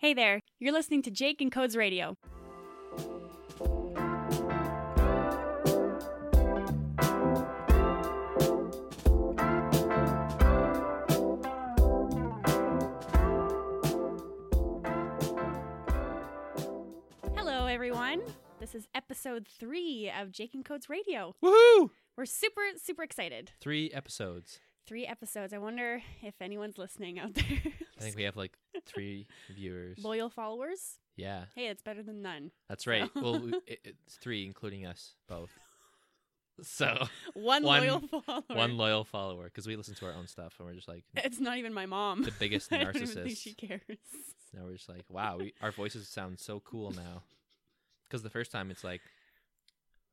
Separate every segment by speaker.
Speaker 1: Hey there, you're listening to Jake and Codes Radio. Hello, everyone. This is episode three of Jake and Codes Radio.
Speaker 2: Woohoo!
Speaker 1: We're super, super excited.
Speaker 2: Three episodes.
Speaker 1: Three episodes. I wonder if anyone's listening out there.
Speaker 2: I think we have like three viewers.
Speaker 1: Loyal followers.
Speaker 2: Yeah,
Speaker 1: Hey, it's better than none.
Speaker 2: that's right. Well, we- it, it's three, including us both. So
Speaker 1: One,
Speaker 2: One-
Speaker 1: loyal follower.
Speaker 2: one loyal follower because we listen to our own stuff and we're just like
Speaker 1: It's not even my mom.
Speaker 2: the biggest
Speaker 1: I don't even think
Speaker 2: narcissists.
Speaker 1: she cares.
Speaker 2: Now we're just like, wow, we, our voices sound so cool now. Because the first time it's like,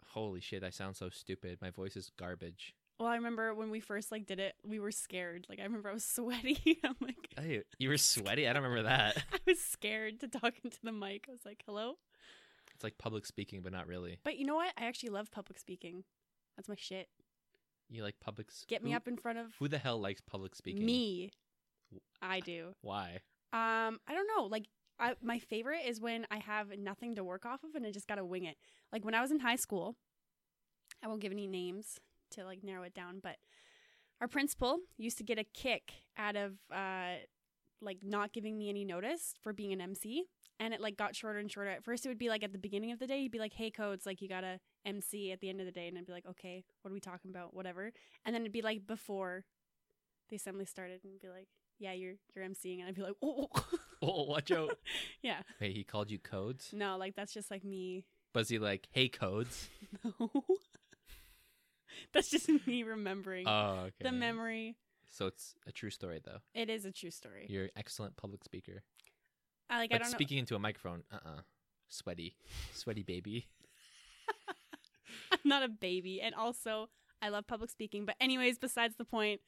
Speaker 2: holy shit, I sound so stupid. My voice is garbage.
Speaker 1: Well, I remember when we first like did it, we were scared. Like I remember I was sweaty. I'm like
Speaker 2: Hey, you were sweaty. I don't remember that.
Speaker 1: I was scared to talk into the mic. I was like, "Hello."
Speaker 2: It's like public speaking, but not really.
Speaker 1: But you know what? I actually love public speaking. That's my shit.
Speaker 2: You like public. s-
Speaker 1: Get me
Speaker 2: who-
Speaker 1: up in front of
Speaker 2: Who the hell likes public speaking?
Speaker 1: me. I do.
Speaker 2: Why?
Speaker 1: Um, I don't know. Like, I, my favorite is when I have nothing to work off of and I just gotta wing it. Like when I was in high school, I won't give any names to like narrow it down, but our principal used to get a kick out of uh, like not giving me any notice for being an MC, and it like got shorter and shorter. At first, it would be like at the beginning of the day, he'd be like, "Hey, codes, like you gotta MC at the end of the day," and I'd be like, "Okay, what are we talking about? Whatever." And then it'd be like before the assembly started, and be like, "Yeah, you're you're MCing," and I'd be like, "Oh."
Speaker 2: Oh, watch out.
Speaker 1: Yeah.
Speaker 2: Wait, he called you codes?
Speaker 1: No, like that's just like me.
Speaker 2: Was he like, hey, codes?
Speaker 1: No. that's just me remembering
Speaker 2: Oh, okay.
Speaker 1: the memory.
Speaker 2: So it's a true story, though.
Speaker 1: It is a true story.
Speaker 2: You're an excellent public speaker.
Speaker 1: I like I
Speaker 2: but
Speaker 1: don't
Speaker 2: speaking into a microphone, uh uh Sweaty. Sweaty baby.
Speaker 1: know. I'm not a baby and also I love public speaking, but anyways, besides the point,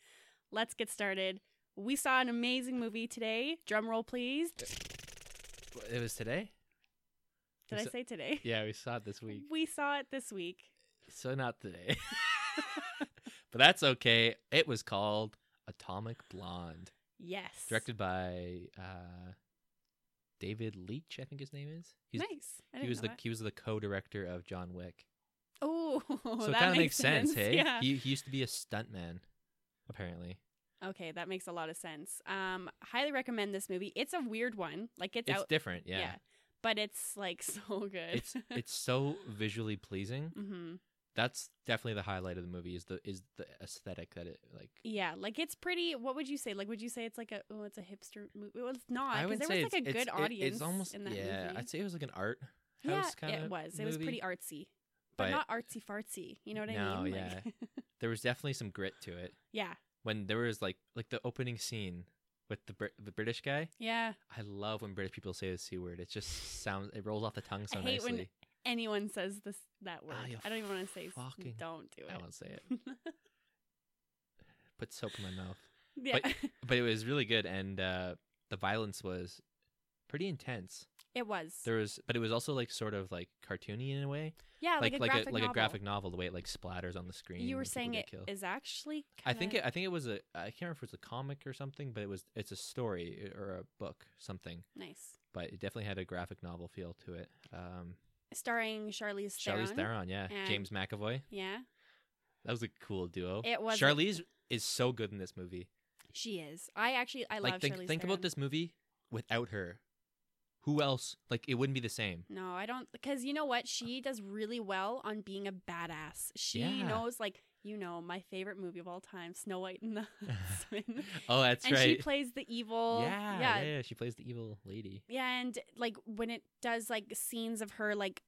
Speaker 1: let's get started. We saw an amazing movie today. Drum roll please.
Speaker 2: Wh- It was today?
Speaker 1: Did
Speaker 2: we
Speaker 1: I
Speaker 2: saw-
Speaker 1: say today?
Speaker 2: Yeah, we saw it this week.
Speaker 1: We saw it this week.
Speaker 2: So not today. but that's okay. It was called Atomic Blonde,
Speaker 1: Yes.
Speaker 2: directed by uh, David Leach, I think his name is. He's,
Speaker 1: nice. I didn't
Speaker 2: he was
Speaker 1: know
Speaker 2: the
Speaker 1: that.
Speaker 2: he was the co-director of John Wick.
Speaker 1: Oh,
Speaker 2: so it
Speaker 1: that
Speaker 2: kind of makes sense, hey?
Speaker 1: Yeah.
Speaker 2: He, he used to be a stuntman, apparently.
Speaker 1: Okay, that makes a lot of sense. Um, highly recommend this movie. It's a weird one. Like it's,
Speaker 2: It's
Speaker 1: out,
Speaker 2: different, yeah.
Speaker 1: but it's like so good.
Speaker 2: It's it's so visually pleasing.
Speaker 1: hmm
Speaker 2: That's definitely the highlight of the movie is the is the aesthetic that it like.
Speaker 1: Yeah, like it's pretty. What would you say? Like, would you say it's like a oh, it's a hipster movie? Well, it's not
Speaker 2: I
Speaker 1: because
Speaker 2: would
Speaker 1: there
Speaker 2: say
Speaker 1: was like a
Speaker 2: it's-
Speaker 1: good
Speaker 2: it's- it-
Speaker 1: audience.
Speaker 2: It's almost
Speaker 1: in that
Speaker 2: yeah.
Speaker 1: movie.
Speaker 2: I'd say it was like an art
Speaker 1: yeah,
Speaker 2: house kind of.
Speaker 1: it was. It was pretty artsy, but,
Speaker 2: but-
Speaker 1: not artsy fartsy. You know what I
Speaker 2: No,
Speaker 1: mean? Like-
Speaker 2: There was definitely some grit to it
Speaker 1: yeah,
Speaker 2: when there was like like the opening scene with the Brit- the British guy.
Speaker 1: yeah.
Speaker 2: I love when British people say the c word. It just sounds it rolls off the tongue so
Speaker 1: I hate when
Speaker 2: nicely.
Speaker 1: Anyone says this that word?
Speaker 2: you
Speaker 1: I don't even want to say. s-
Speaker 2: Oh, fucking-
Speaker 1: don't do it.
Speaker 2: I won't say it. Put soap in my mouth.
Speaker 1: yeah,
Speaker 2: But it was really good, and uh, the violence was pretty intense.
Speaker 1: it was.
Speaker 2: There was, but it was also like sort of like cartoony in a way,
Speaker 1: yeah, Oh, like,
Speaker 2: like like
Speaker 1: a graphic
Speaker 2: a like
Speaker 1: novel.
Speaker 2: a graphic novel, the way it like splatters on the screen.
Speaker 1: You were
Speaker 2: when people
Speaker 1: saying
Speaker 2: get
Speaker 1: it is
Speaker 2: killed.
Speaker 1: actually.
Speaker 2: I
Speaker 1: kinda-
Speaker 2: think it, I think it was a I can't remember if it was a comic or something, but it was it's a story uh, or a book something,
Speaker 1: nice.
Speaker 2: but it definitely had a graphic novel feel to it. Um,
Speaker 1: Starring Charlize Theron.
Speaker 2: Charlize Theron, yeah,
Speaker 1: and-
Speaker 2: James McAvoy,
Speaker 1: Yeah,
Speaker 2: that was a cool duo.
Speaker 1: It was a-
Speaker 2: Charlize is so good in this movie.
Speaker 1: she is. I actually I
Speaker 2: like
Speaker 1: love
Speaker 2: think
Speaker 1: Charlize
Speaker 2: think about
Speaker 1: Theron.
Speaker 2: this movie without her. Who else? Like it wouldn't be the same.
Speaker 1: No, I don't because you know what? She does really well on being a badass. She
Speaker 2: Yeah.
Speaker 1: knows like you know my favorite movie of all time, Snow White and the Huntsman.
Speaker 2: Oh, that's
Speaker 1: and
Speaker 2: right.
Speaker 1: she plays the evil.
Speaker 2: yeah,
Speaker 1: yeah,
Speaker 2: yeah, She plays the evil lady.
Speaker 1: Yeah, and like when it does like scenes of her like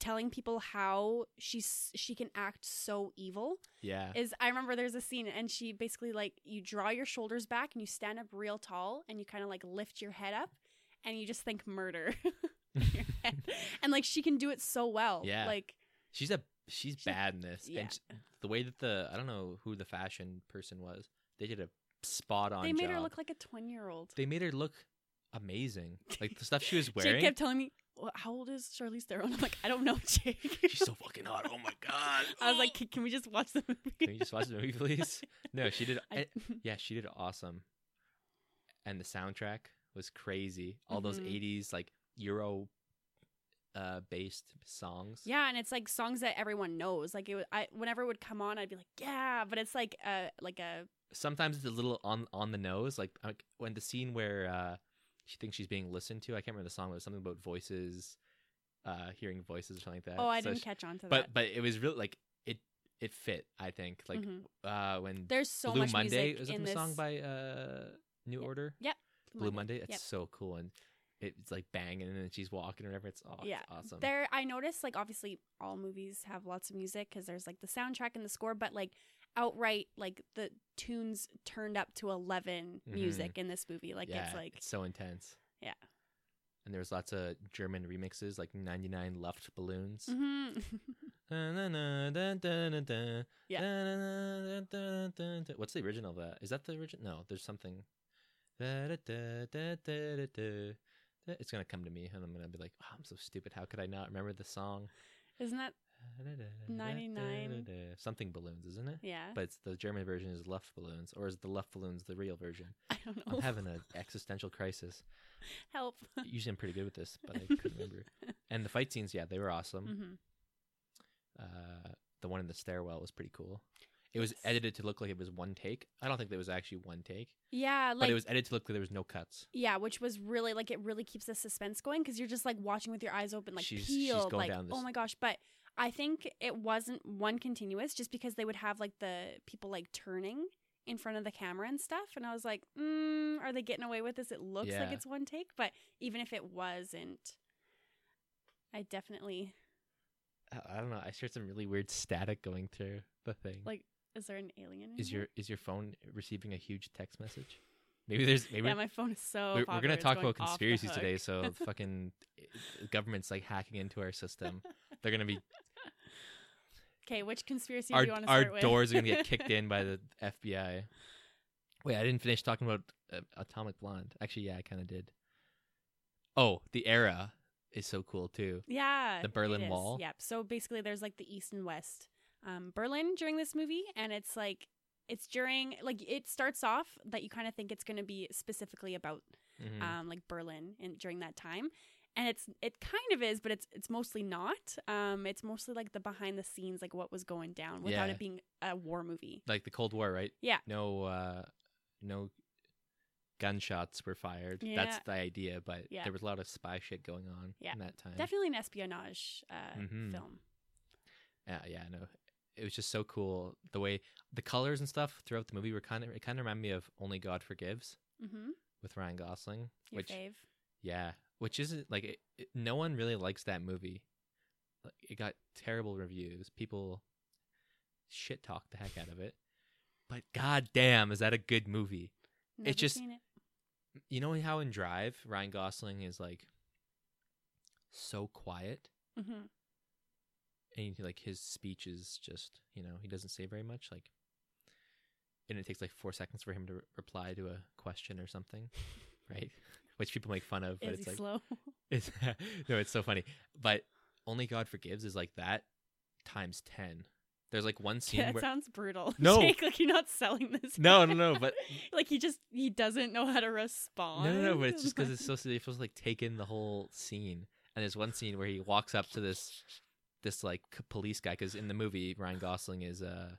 Speaker 1: telling people how she's she can act so evil
Speaker 2: Yeah.
Speaker 1: is I remember there's a scene and she basically like you draw your shoulders back and you stand up real tall and you kind of like lift your head up and you just think murder in your head. and like she can do it so well
Speaker 2: Yeah.
Speaker 1: like
Speaker 2: she's a she's
Speaker 1: She's-
Speaker 2: bad in this.
Speaker 1: yeah.
Speaker 2: And sh- the way that the I don't know who the fashion person was. They did a spot on
Speaker 1: they made her
Speaker 2: job.
Speaker 1: look like a 20 year old
Speaker 2: They made her look amazing. Like the stuff she was
Speaker 1: Jake
Speaker 2: wearing.
Speaker 1: kept telling me well, how old is Charlize Theron I'm like I don't know Jake
Speaker 2: She's so fucking hot. Oh my god.
Speaker 1: I was like "Can- can we just watch the movie
Speaker 2: Can you just Eh. watch the movie, please? No, she did
Speaker 1: I-
Speaker 2: and- Yeah, she did awesome. And the soundtrack was crazy. All those
Speaker 1: Mhm.
Speaker 2: 80s like euro uh based songs.
Speaker 1: Yeah, and it's like songs that everyone knows. Like it, wa- I whenever it would come on, I'd be like, yeah, but it's like a like a
Speaker 2: Sometimes it's a little on on the nose like like, when the scene where uh she thinks she's being listened to. I can't remember the song, but it was something about voices uh hearing voices or something like that.
Speaker 1: oh, I
Speaker 2: So
Speaker 1: didn't
Speaker 2: she-
Speaker 1: catch on to that.
Speaker 2: But but it was really like it it fit, I think. Like
Speaker 1: Mhm.
Speaker 2: uh when
Speaker 1: There's so
Speaker 2: Blue
Speaker 1: much
Speaker 2: Monday
Speaker 1: music
Speaker 2: was
Speaker 1: in
Speaker 2: it
Speaker 1: this
Speaker 2: the song by uh New
Speaker 1: Yeah.
Speaker 2: Order? Blue Monday. It's
Speaker 1: Yep.
Speaker 2: so cool and it's like banging and then she's walking or whatever. It's aw- it's
Speaker 1: Yeah.
Speaker 2: awesome.
Speaker 1: There, I noticed like obviously all movies have lots of music because there's like the soundtrack and the score, but like outright like the tunes turned up to 11 music in this movie. Like
Speaker 2: Mm-hmm. yeah,
Speaker 1: it's like
Speaker 2: so intense.
Speaker 1: Yeah.
Speaker 2: And there's lots of German remixes like 99 Luft Balloons.
Speaker 1: Mhm. Yeah.
Speaker 2: Yeah. What's the original of that? Is that the original? No, there's something. It's gonna come to me, and I'm gonna be like, oh, "I'm so stupid. How could I not remember the song?"
Speaker 1: isn't that 99?
Speaker 2: something balloons, isn't it?
Speaker 1: yeah?
Speaker 2: But it's, the German version is Luft balloons, or is the Luft balloons the real version?
Speaker 1: I don't know.
Speaker 2: I'm having an existential crisis.
Speaker 1: Help.
Speaker 2: Usually, I'm pretty good with this, but I couldn't remember. And the fight scenes, yeah, they were awesome.
Speaker 1: Mhm. Mm-hmm.
Speaker 2: Uh, the one in the stairwell was pretty cool. It was
Speaker 1: Yes.
Speaker 2: edited to look like it was one take. I don't think there was actually one take,
Speaker 1: Yeah, like
Speaker 2: but it was edited to look like there was no cuts.
Speaker 1: Yeah, which was really like it really keeps the suspense going because you're just like watching with your eyes open, like
Speaker 2: She's- she's
Speaker 1: peeled,
Speaker 2: going
Speaker 1: like
Speaker 2: down this-
Speaker 1: oh my gosh. But I think it wasn't one continuous, just because they would have like the people like turning in front of the camera and stuff, and I was like, mm, are they getting away with this? It looks like
Speaker 2: Yeah.
Speaker 1: it's one take, but even if it wasn't, I definitely
Speaker 2: Uh, I- I don't know. I heard some really weird static going through the thing.
Speaker 1: Like, mm-hmm. is there an alien? In
Speaker 2: is
Speaker 1: here?
Speaker 2: your is your phone receiving a huge text message? Maybe there's maybe
Speaker 1: yeah? My phone is so.
Speaker 2: we're, we're
Speaker 1: popular,
Speaker 2: gonna
Speaker 1: it's
Speaker 2: talk
Speaker 1: going
Speaker 2: about
Speaker 1: off the
Speaker 2: conspiracies
Speaker 1: hook.
Speaker 2: today. So fucking the government's like hacking into our system. They're gonna be
Speaker 1: Okay, which conspiracy
Speaker 2: our
Speaker 1: do you want to
Speaker 2: our
Speaker 1: start with?
Speaker 2: doors are gonna get kicked in by the FBI. Wait, I didn't finish talking about uh, Atomic Blonde. Actually, yeah, I kind of did. Oh, the era is so cool too.
Speaker 1: Yeah.
Speaker 2: The Berlin
Speaker 1: it is.
Speaker 2: Wall.
Speaker 1: Yep. So basically there's like the east and west um Berlin during this movie and it's like it's during like it starts off that you kind of think it's going to be specifically about
Speaker 2: Mhm.
Speaker 1: um like Berlin and during that time and it's it kind of is but it's it's mostly not um it's mostly like the behind the scenes like what was going down without
Speaker 2: Yeah.
Speaker 1: it being a war movie
Speaker 2: like the Cold War, right?
Speaker 1: Yeah.
Speaker 2: No, uh no gunshots were fired. That's
Speaker 1: Yeah.
Speaker 2: the idea, but
Speaker 1: Yeah.
Speaker 2: there was a lot of spy shit going on
Speaker 1: Yeah.
Speaker 2: in that time.
Speaker 1: definitely an espionage uh
Speaker 2: Mhm.
Speaker 1: film
Speaker 2: Yeah, yeah, I know. It was just so cool the way the colors and stuff throughout the movie were kind of it kind of reminded me of Only God Forgives
Speaker 1: mhm
Speaker 2: with Ryan Gosling,
Speaker 1: your
Speaker 2: which
Speaker 1: fave
Speaker 2: yeah, which isn't like it, it- no one really likes that movie. Like it got terrible reviews. People shit talked the heck out of it. But goddamn, is that a good movie?
Speaker 1: Never
Speaker 2: just-
Speaker 1: seen it.
Speaker 2: you know how in Drive Ryan Gosling is like so quiet
Speaker 1: Mhm.
Speaker 2: and like his speech is just you know he doesn't say very much like and it takes like four seconds for him to re- reply to a question or something right which people make fun of but
Speaker 1: is
Speaker 2: it's
Speaker 1: he
Speaker 2: like
Speaker 1: slow
Speaker 2: it's, no it's so funny but only God forgives is like that times ten there's like one scene
Speaker 1: that
Speaker 2: where
Speaker 1: sounds brutal.
Speaker 2: No.
Speaker 1: Jake, like you're not selling this.
Speaker 2: no
Speaker 1: guy.
Speaker 2: no no but
Speaker 1: like he just he doesn't know how to respond.
Speaker 2: No, no, no, but it's just because it's supposed to, you're supposed to like take in the whole scene. And there's one scene where he walks up to this, this like c- police guy because in the movie Ryan Gosling is a,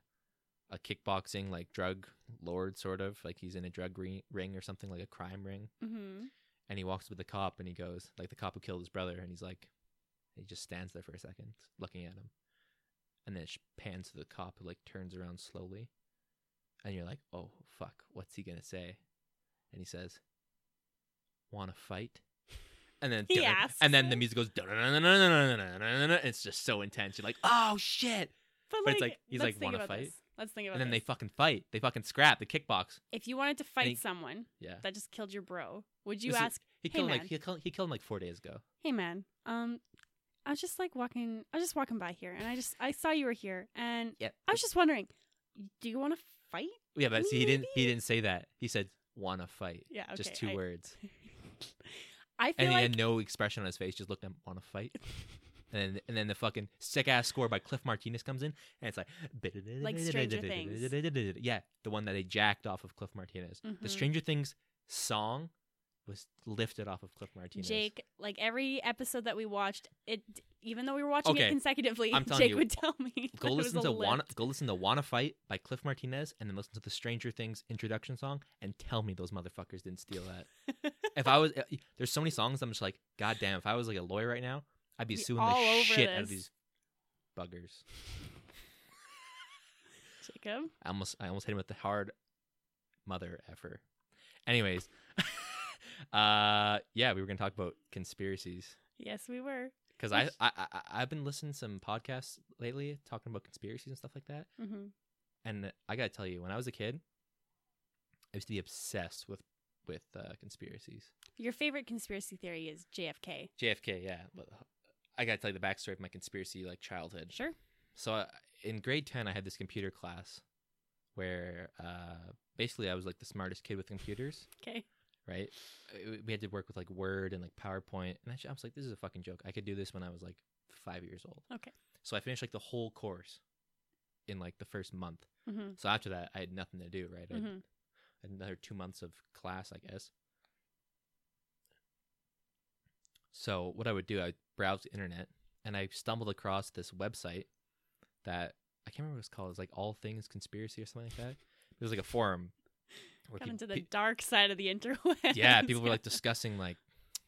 Speaker 2: a kickboxing like drug lord sort of like he's in a drug re- ring or something like a crime ring.
Speaker 1: hmm
Speaker 2: And he walks up with the cop and he goes like the cop who killed his brother and he's like, he just stands there for a second looking at him, and then it sh- pans to the cop who like turns around slowly, and you're like, oh fuck, what's he gonna say? And he says, "Want to fight?" And then
Speaker 1: He asks
Speaker 2: and then the
Speaker 1: him.
Speaker 2: music goes, "Dun-dun-dun-dun-dun-dun-dun-dun-dun-dun-dun," and it's just so intense. You're like, oh shit!
Speaker 1: But,
Speaker 2: but it's like- he's
Speaker 1: let's
Speaker 2: like,
Speaker 1: think
Speaker 2: "Wanna
Speaker 1: about
Speaker 2: fight?"
Speaker 1: This. Let's think about
Speaker 2: And then they
Speaker 1: this.
Speaker 2: fucking fight. They fucking scrap. They kickbox.
Speaker 1: if you wanted to fight
Speaker 2: he-
Speaker 1: someone
Speaker 2: Yeah.
Speaker 1: that just killed your bro, would you
Speaker 2: This is-
Speaker 1: ask,
Speaker 2: He
Speaker 1: Hey,
Speaker 2: killed him
Speaker 1: man.
Speaker 2: like he killed, he killed him like four days ago.
Speaker 1: "Hey man, um, I was just like walking, I was just walking by here, and I just I saw you were here, and
Speaker 2: Yeah.
Speaker 1: I was just wondering, do you want to fight?"
Speaker 2: Yeah, but see, he didn't. He didn't say that. He said, "Want to fight?"
Speaker 1: Yeah, okay,
Speaker 2: just two
Speaker 1: I,
Speaker 2: words,
Speaker 1: I feel
Speaker 2: and he
Speaker 1: like
Speaker 2: had no expression on his face. Just looked at him, "Want to fight?" And then, and then the fucking sick ass score by Cliff Martinez comes in, and it's like,
Speaker 1: Like Stranger Things.
Speaker 2: Yeah, the one that they jacked off of Cliff Martinez. The
Speaker 1: Mhm.
Speaker 2: Stranger Things song was lifted off of Cliff Martinez.
Speaker 1: Jake, like every episode that we watched, it even though we were watching it
Speaker 2: Okay,
Speaker 1: consecutively,
Speaker 2: I'm telling
Speaker 1: Jake
Speaker 2: you,
Speaker 1: would tell me. that
Speaker 2: Go
Speaker 1: it was
Speaker 2: listen
Speaker 1: a
Speaker 2: to Wanna
Speaker 1: lift.
Speaker 2: Go listen to Wanna Fight by Cliff Martinez and then listen to the Stranger Things introduction song and tell me those motherfuckers didn't steal that. if I was eh, there's so many songs I'm just like, God damn, if I was like a lawyer right now, I'd be
Speaker 1: Be
Speaker 2: suing
Speaker 1: all
Speaker 2: the
Speaker 1: over
Speaker 2: shit out of
Speaker 1: this.
Speaker 2: these buggers.
Speaker 1: Jacob.
Speaker 2: I almost I almost hit him with the hard mother effer. Anyways. uh yeah, we were gonna talk about conspiracies.
Speaker 1: Yes, we were.
Speaker 2: Because I,
Speaker 1: Yes.
Speaker 2: I, I I- I've been listening to some podcasts lately talking about conspiracies and stuff like that.
Speaker 1: hmm
Speaker 2: And I gotta tell you, when I was a kid, I used to be obsessed with with uh, conspiracies.
Speaker 1: Your favorite conspiracy theory is JFK.
Speaker 2: JFK, yeah. But I gotta tell you the backstory of my conspiracy like childhood.
Speaker 1: Sure.
Speaker 2: So I, in grade ten, I had this computer class where uh, basically I was like the smartest kid with computers,
Speaker 1: Okay.
Speaker 2: right? Uh, We had to work with like Word and like PowerPoint, and actually I was like, this is a fucking joke. I could do this when I was like five years old.
Speaker 1: Okay.
Speaker 2: So I finished like the whole course in like the first month.
Speaker 1: hmm
Speaker 2: So after that, I had nothing to do, right? I
Speaker 1: Mhm.
Speaker 2: had another two months of class, I guess. So what I would do, I would browse the internet and I stumbled across this website that I can't remember what it's called. It's like All Things Conspiracy or something like that. It was like a forum. where
Speaker 1: Got
Speaker 2: peop-
Speaker 1: into the
Speaker 2: pe-
Speaker 1: dark side of the interweb.
Speaker 2: yeah, people were like discussing like,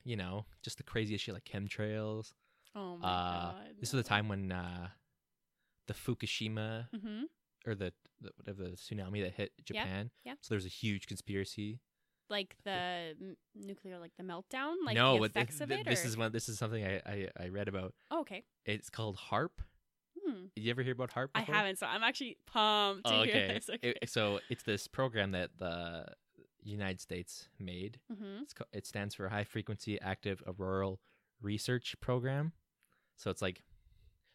Speaker 2: you know, just the craziest shit like chemtrails.
Speaker 1: "Oh my
Speaker 2: uh,
Speaker 1: god."
Speaker 2: This is the time when uh, the Fukushima
Speaker 1: hmm
Speaker 2: or the, the whatever the tsunami that hit Japan.
Speaker 1: yeah.
Speaker 2: So there's a huge conspiracy.
Speaker 1: Like the m- nuclear, like the meltdown, like
Speaker 2: no,
Speaker 1: the
Speaker 2: but thi-
Speaker 1: effects of
Speaker 2: thi-
Speaker 1: it.
Speaker 2: this
Speaker 1: or-
Speaker 2: is one. This is something I, I I read about.
Speaker 1: Oh, okay.
Speaker 2: It's called harp.
Speaker 1: Hmm.
Speaker 2: Did you ever hear about harp?
Speaker 1: I
Speaker 2: before?
Speaker 1: haven't, so I'm actually pumped to
Speaker 2: Oh,
Speaker 1: hear
Speaker 2: okay.
Speaker 1: this. Okay.
Speaker 2: It- so it's this program that the United States made.
Speaker 1: hmm
Speaker 2: It's, ca- it stands for High Frequency Active Auroral Research Program. So it's like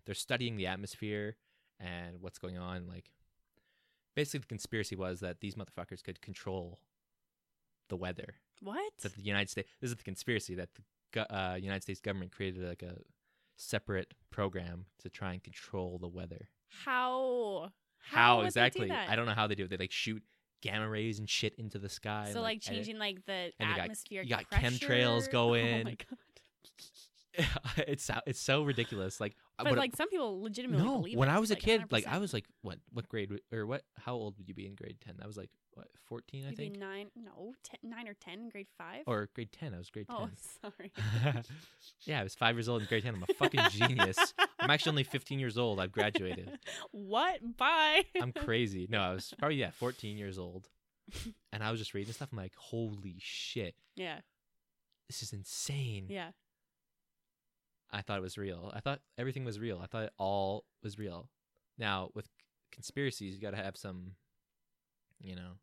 Speaker 2: they're studying the atmosphere and what's going on. Like, basically, the conspiracy was that these motherfuckers could control the weather.
Speaker 1: What?
Speaker 2: That the United States, this is the conspiracy that the go- uh, United States government created like a separate program to try and control the weather.
Speaker 1: How?
Speaker 2: How,
Speaker 1: would they do
Speaker 2: exactly?
Speaker 1: that?
Speaker 2: I don't know how they do it. They like shoot gamma rays and shit into the sky.
Speaker 1: So
Speaker 2: and,
Speaker 1: like
Speaker 2: edit-
Speaker 1: changing like the
Speaker 2: and you got-
Speaker 1: atmosphere.
Speaker 2: you got chemtrails
Speaker 1: Oh my
Speaker 2: going. Uh,
Speaker 1: god!
Speaker 2: it's so, it's so ridiculous. Like, I-
Speaker 1: But
Speaker 2: what-
Speaker 1: like some people legitimately
Speaker 2: no,
Speaker 1: believe.
Speaker 2: when
Speaker 1: this,
Speaker 2: I was a
Speaker 1: like,
Speaker 2: kid, like
Speaker 1: 100%.
Speaker 2: I was like, what what grade w- or what? How old would you be in grade ten? I was like what fourteen, I
Speaker 1: You'd be
Speaker 2: think,
Speaker 1: nine, no, ten, nine or ten, grade five.
Speaker 2: or grade ten. I was grade
Speaker 1: oh,
Speaker 2: ten.
Speaker 1: sorry.
Speaker 2: yeah, I was five years old in grade ten. I'm a fucking genius. I'm actually only fifteen years old. I've graduated.
Speaker 1: what? Bye.
Speaker 2: I'm crazy. No, I was probably yeah, 14 years old. And I was just reading stuff. I'm like, holy shit,
Speaker 1: yeah,
Speaker 2: this is insane.
Speaker 1: yeah.
Speaker 2: I thought it was real. I thought everything was real. I thought it all was real. Now with conspiracies, you got to have some, you know,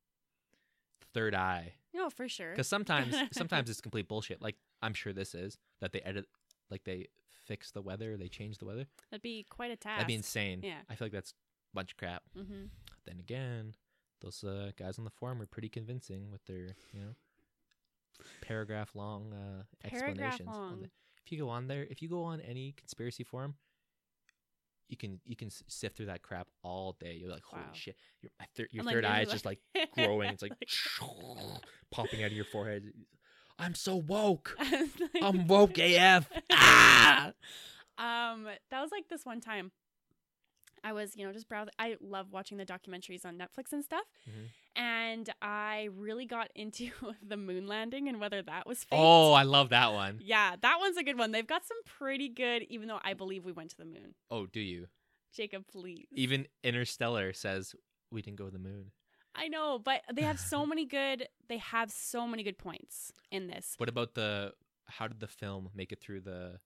Speaker 2: third eye.
Speaker 1: No, for sure.
Speaker 2: Because sometimes, sometimes it's complete bullshit. Like I'm sure this is that they edit, like they fix the weather, they change the weather.
Speaker 1: That'd be quite a task.
Speaker 2: That'd be insane.
Speaker 1: Yeah.
Speaker 2: I feel like that's a bunch of crap.
Speaker 1: hmm
Speaker 2: then again, those uh, guys on the forum were pretty convincing with their, you know, paragraph long uh,
Speaker 1: Paragraph
Speaker 2: explanations. on
Speaker 1: long.
Speaker 2: the- If you go on there, if you go on any conspiracy forum, you can you can s- sift through that crap all day. You're like, holy
Speaker 1: Wow.
Speaker 2: shit! Your, my thir- your
Speaker 1: I'm, like,
Speaker 2: third eye is
Speaker 1: literally
Speaker 2: just like growing. It's like popping out of your forehead. I'm so woke.
Speaker 1: I was like-
Speaker 2: I'm woke AF. Ah!
Speaker 1: Um, that was like this one time. I was, you know, just browsing. I love watching the documentaries on Netflix and stuff.
Speaker 2: Mhm.
Speaker 1: And I really got into the moon landing and whether that was fake.
Speaker 2: Oh, I love that one.
Speaker 1: yeah, that one's a good one. They've got some pretty good, even though I believe we went to the moon.
Speaker 2: Oh, do you?
Speaker 1: Jacob, please.
Speaker 2: Even Interstellar says we didn't go to the moon.
Speaker 1: I know, but they have so many good. They have so many good points in this.
Speaker 2: What about the how did the film make it through the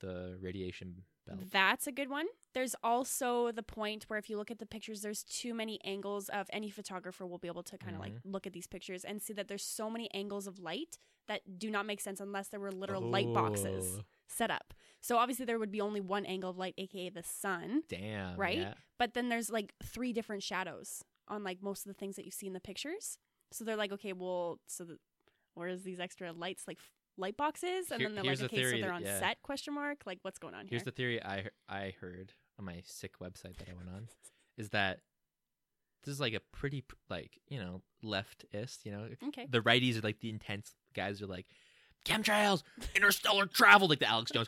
Speaker 2: the radiation belt?
Speaker 1: That's a good one. There's also the point where if you look at the pictures, there's too many angles of any photographer will be able to kind of like
Speaker 2: Mhm.
Speaker 1: look at these pictures and see that there's so many angles of light that do not make sense unless there were literal light boxes
Speaker 2: Oh,
Speaker 1: set up. So obviously there would be only one angle of light, aka the sun.
Speaker 2: Damn.
Speaker 1: Right?
Speaker 2: yeah.
Speaker 1: But then there's like three different shadows on like most of the things that you see in the pictures. So they're like, okay, well, so the, where's these extra lights like f- light boxes? And
Speaker 2: Here-
Speaker 1: then they're
Speaker 2: here's
Speaker 1: like,
Speaker 2: the
Speaker 1: okay,
Speaker 2: theory
Speaker 1: so they're
Speaker 2: that-
Speaker 1: on
Speaker 2: yeah.
Speaker 1: set? Question mark. Like, what's going on here?
Speaker 2: Here's the theory I he- I heard on my sick website that I went on is that this is like a pretty pr- like you know leftist. You know,
Speaker 1: Okay.
Speaker 2: the righties are like the intense guys are like chemtrails, interstellar travel, like the Alex Jones.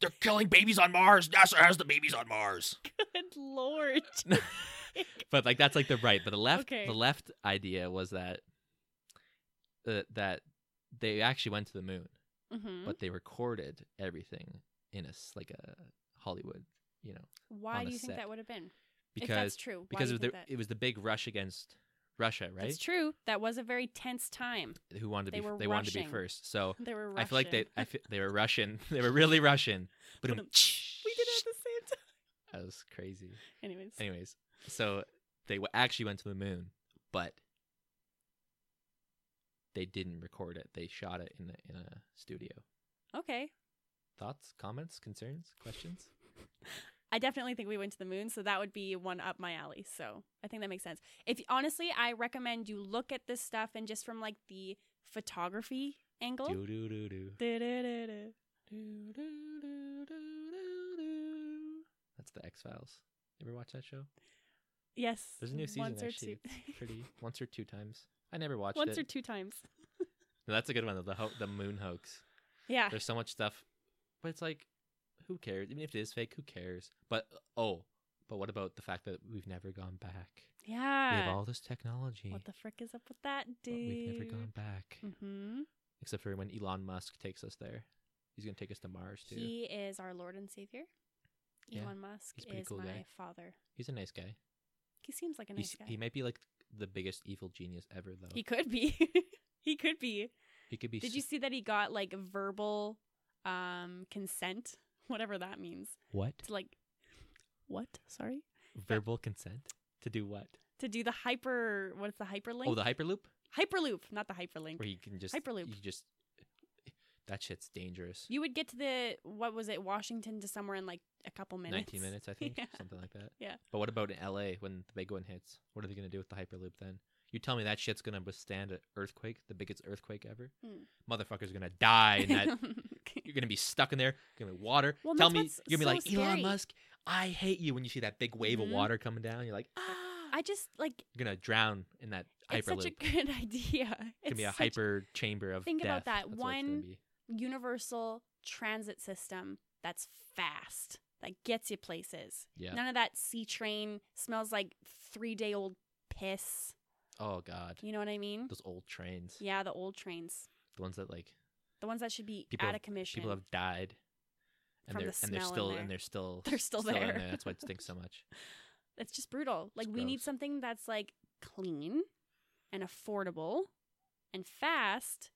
Speaker 2: They're killing babies on Mars. NASA has the babies on Mars.
Speaker 1: Good lord.
Speaker 2: But like that's like the right, but the left,
Speaker 1: Okay.
Speaker 2: the left idea was that uh, that they actually went to the moon,
Speaker 1: hmm
Speaker 2: but they recorded everything in a s- like a Hollywood, you know,
Speaker 1: Why
Speaker 2: on
Speaker 1: do
Speaker 2: a
Speaker 1: you think
Speaker 2: set.
Speaker 1: that would have been? if
Speaker 2: because
Speaker 1: that's true,
Speaker 2: because
Speaker 1: why
Speaker 2: of
Speaker 1: do you
Speaker 2: the,
Speaker 1: think that?
Speaker 2: it was the big rush against Russia, right?
Speaker 1: It's true. That was a very tense time.
Speaker 2: Who wanted to
Speaker 1: They
Speaker 2: be f-
Speaker 1: were
Speaker 2: they wanted to be
Speaker 1: rushing.
Speaker 2: first. So
Speaker 1: They were
Speaker 2: I
Speaker 1: Russian.
Speaker 2: feel like they I feel, they were Russian. they were really Russian. But
Speaker 1: But, um, we did it at the same time.
Speaker 2: That was crazy.
Speaker 1: Anyways,
Speaker 2: Anyways, so they w- actually went to the moon, but they didn't record it. They shot it in a, in a studio.
Speaker 1: okay.
Speaker 2: Thoughts, comments, concerns, questions?
Speaker 1: I definitely think we went to the moon, so that would be one up my alley. So I think that makes sense. If honestly, I recommend you look at this stuff and just from like the photography angle.
Speaker 2: Do do do do.
Speaker 1: Du-du-du-du.
Speaker 2: Do, do, do, do, do, do. That's the X Files. Ever watch that show?
Speaker 1: Yes.
Speaker 2: There's a new season
Speaker 1: once or
Speaker 2: actually.
Speaker 1: two.
Speaker 2: It's pretty once or two times. I never watched
Speaker 1: once
Speaker 2: it.
Speaker 1: or two times.
Speaker 2: No, that's a good one. though, The ho- the moon hoax.
Speaker 1: Yeah.
Speaker 2: There's so much stuff, but it's like, who cares? Even if it is fake, who cares? But oh, but what about the fact that we've never gone back? we have
Speaker 1: Yeah.
Speaker 2: all this technology,
Speaker 1: What the frick is up with that,
Speaker 2: but
Speaker 1: dude?
Speaker 2: we've never gone back,
Speaker 1: Mm-hmm.
Speaker 2: except for when Elon Musk takes us there. He's gonna take us to Mars too.
Speaker 1: He is our Lord and Savior.
Speaker 2: Yeah,
Speaker 1: Elon Musk
Speaker 2: he's a pretty
Speaker 1: is
Speaker 2: cool
Speaker 1: my
Speaker 2: guy.
Speaker 1: father.
Speaker 2: He's a nice guy.
Speaker 1: He seems like a nice
Speaker 2: He's,
Speaker 1: guy.
Speaker 2: he might be like the biggest evil genius ever, though.
Speaker 1: He could be. he could be.
Speaker 2: He could be.
Speaker 1: Did
Speaker 2: s-
Speaker 1: you see that he got like verbal um consent, whatever that means,
Speaker 2: what
Speaker 1: to like what? Sorry.
Speaker 2: verbal consent to do what?
Speaker 1: To do the hyper what's the hyperlink?
Speaker 2: Oh, the hyperloop,
Speaker 1: hyperloop, not the hyperlink.
Speaker 2: where you can just
Speaker 1: Hyperloop.
Speaker 2: You just that shit's dangerous.
Speaker 1: You would get to the what was it, Washington to somewhere in like a couple minutes.
Speaker 2: 19 minutes, I think,
Speaker 1: Yeah.
Speaker 2: something like that.
Speaker 1: Yeah.
Speaker 2: But what about in LA when the big one hits? What are they going to do with the Hyperloop then? You tell me that shit's going to withstand an earthquake, the biggest earthquake ever?
Speaker 1: Hmm.
Speaker 2: Motherfucker's going to die in that. you're going to be stuck in there. You're going to be water.
Speaker 1: Well,
Speaker 2: tell
Speaker 1: that's
Speaker 2: me,
Speaker 1: what's
Speaker 2: you're going to be
Speaker 1: so
Speaker 2: like,
Speaker 1: scary."
Speaker 2: Elon Musk, I hate you when you see that big wave
Speaker 1: Mhm.
Speaker 2: of water coming down. You're like, ah.
Speaker 1: I just like
Speaker 2: You're going to drown in that
Speaker 1: it's
Speaker 2: Hyperloop.
Speaker 1: such a good idea.
Speaker 2: it's going to be a
Speaker 1: such
Speaker 2: hyper chamber of
Speaker 1: Think about
Speaker 2: death.
Speaker 1: that.
Speaker 2: That's what it's gonna
Speaker 1: One-
Speaker 2: be.
Speaker 1: universal transit system that's fast, that gets you places.
Speaker 2: Yeah.
Speaker 1: None of that sea train smells like three day old piss.
Speaker 2: Oh, God.
Speaker 1: You know what I mean?
Speaker 2: Those old trains.
Speaker 1: Yeah, the old trains.
Speaker 2: The ones that, like,
Speaker 1: The ones that should be
Speaker 2: People
Speaker 1: out
Speaker 2: have-
Speaker 1: of commission.
Speaker 2: people have died and
Speaker 1: From
Speaker 2: they're
Speaker 1: the
Speaker 2: and they're
Speaker 1: smell in
Speaker 2: still
Speaker 1: there.
Speaker 2: and they're still
Speaker 1: They're still
Speaker 2: in
Speaker 1: there.
Speaker 2: that's why it stinks so much
Speaker 1: It's just brutal. Like,
Speaker 2: It's
Speaker 1: we need
Speaker 2: gross.
Speaker 1: something that's like clean and affordable and fast.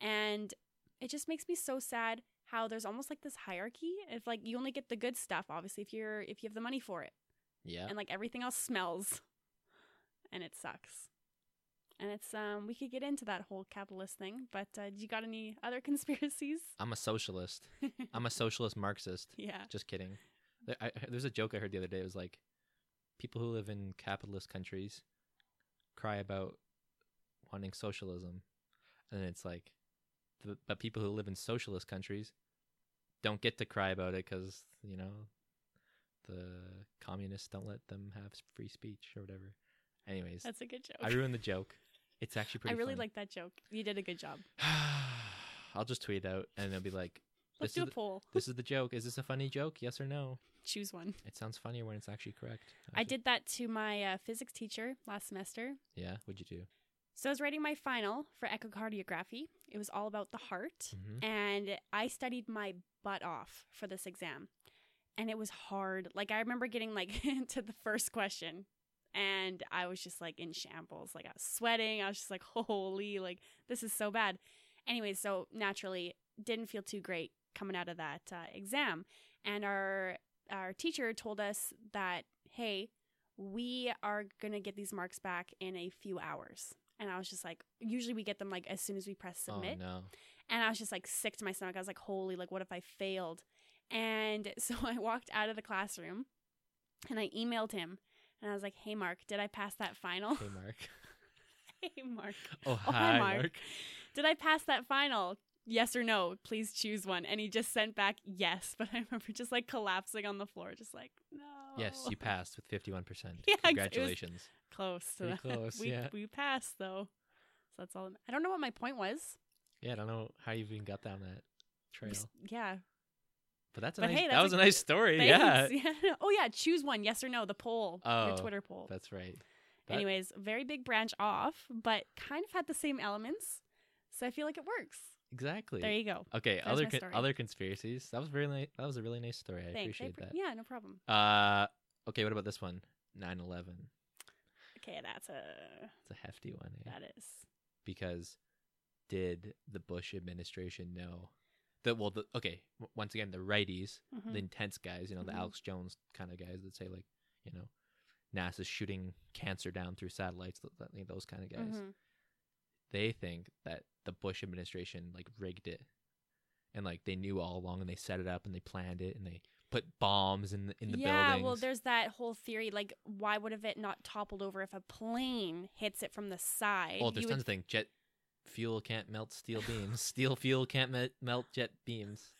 Speaker 1: And it just makes me so sad how there's almost like this hierarchy. It's like you only get the good stuff, obviously, if you're if you have the money for it.
Speaker 2: yeah
Speaker 1: and like everything else smells and it sucks and it's um we could get into that whole capitalist thing but uh, do you got any other conspiracies
Speaker 2: i'm a socialist i'm a socialist marxist
Speaker 1: yeah
Speaker 2: just kidding there, I, there's a joke i heard the other day it was like people who live in capitalist countries cry about wanting socialism and it's like the, but people who live in socialist countries don't get to cry about it because you know the communists don't let them have free speech or whatever anyways
Speaker 1: that's a good
Speaker 2: I
Speaker 1: joke
Speaker 2: ruined the joke. It's
Speaker 1: i
Speaker 2: actually pretty.
Speaker 1: really
Speaker 2: funny.
Speaker 1: like that joke you did a good job
Speaker 2: I'll just tweet out, and they'll be like,
Speaker 1: let's
Speaker 2: This
Speaker 1: do a
Speaker 2: is the-
Speaker 1: poll
Speaker 2: "This is the joke. Is this a funny joke? Yes or no?"
Speaker 1: choose one
Speaker 2: It sounds funnier when it's actually correct.
Speaker 1: i did that to my uh, physics teacher last semester
Speaker 2: Yeah. What'd you do?
Speaker 1: so i was writing my final for echocardiography it was all about the heart
Speaker 2: hmm
Speaker 1: and I studied my butt off for this exam. And it was hard. Like I remember getting like to the first question and I was just like in shambles. Like I was sweating. I was just like, holy, like this is so bad. Anyway, so naturally didn't feel too great coming out of that uh, exam. And our our teacher told us that, hey, we are gonna get these marks back in a few hours. And I was just like, usually we get them like as soon as we press
Speaker 2: Oh
Speaker 1: submit.
Speaker 2: no.
Speaker 1: And I was just like sick to my stomach. I was like, holy, like, what if I failed? And so I walked out of the classroom and I emailed him and I was like, hey, Mark, did I pass that final?
Speaker 2: Hey Mark.
Speaker 1: hey, Mark.
Speaker 2: Oh
Speaker 1: Oh, hi,
Speaker 2: hi,
Speaker 1: Mark.
Speaker 2: Mark.
Speaker 1: Did I pass that final? Yes or no? Please choose one. And he just sent back yes. But I remember just like collapsing on the floor, just like, no.
Speaker 2: Yes, you passed with 51%.
Speaker 1: Oh. Yeah, it was-
Speaker 2: Congratulations.
Speaker 1: Close. To
Speaker 2: Pretty
Speaker 1: that.
Speaker 2: close,
Speaker 1: we
Speaker 2: yeah.
Speaker 1: we passed though. So that's all. I don't know what my point was.
Speaker 2: Yeah, I don't know how you've even got down that trail.
Speaker 1: Just- yeah.
Speaker 2: But that's a
Speaker 1: But
Speaker 2: nice,
Speaker 1: hey,
Speaker 2: that
Speaker 1: that's
Speaker 2: was
Speaker 1: a-
Speaker 2: a nice story. Yeah.
Speaker 1: Thanks. Oh yeah. Choose one. Yes or no. The poll. your
Speaker 2: Oh,
Speaker 1: Twitter poll.
Speaker 2: That's right. that-
Speaker 1: Anyways, very big branch off, but kind of had the same elements. So I feel like it works.
Speaker 2: Exactly.
Speaker 1: There you go.
Speaker 2: okay,
Speaker 1: there's
Speaker 2: other
Speaker 1: my
Speaker 2: con-
Speaker 1: story.
Speaker 2: other conspiracies. That was really nice. That was a really nice story. I
Speaker 1: Thanks. I
Speaker 2: appreciate
Speaker 1: appre-
Speaker 2: that.
Speaker 1: Yeah, no problem.
Speaker 2: Uh okay, what about this one? 9/11.
Speaker 1: Okay, that's a
Speaker 2: It's a hefty one. eh?
Speaker 1: that is.
Speaker 2: Because did the Bush administration know that well the okay, w- once again the righties
Speaker 1: Mhm.
Speaker 2: the intense guys, you know,
Speaker 1: Mhm.
Speaker 2: the Alex Jones kind of guys that say like, you know, NASA's shooting cancer down through satellites, th- th- like those kind of guys.
Speaker 1: Mhm.
Speaker 2: They think that the Bush administration like rigged it, and like they knew all along, and they set it up, and they planned it, and they put bombs in the, in the
Speaker 1: yeah,
Speaker 2: buildings.
Speaker 1: well, there's that whole theory. Like, why would have it not toppled over if a plane hits it from the side?
Speaker 2: well, Oh, there's
Speaker 1: You
Speaker 2: tons
Speaker 1: would-
Speaker 2: of things. Jet fuel can't melt steel beams. steel fuel can't me- melt jet beams.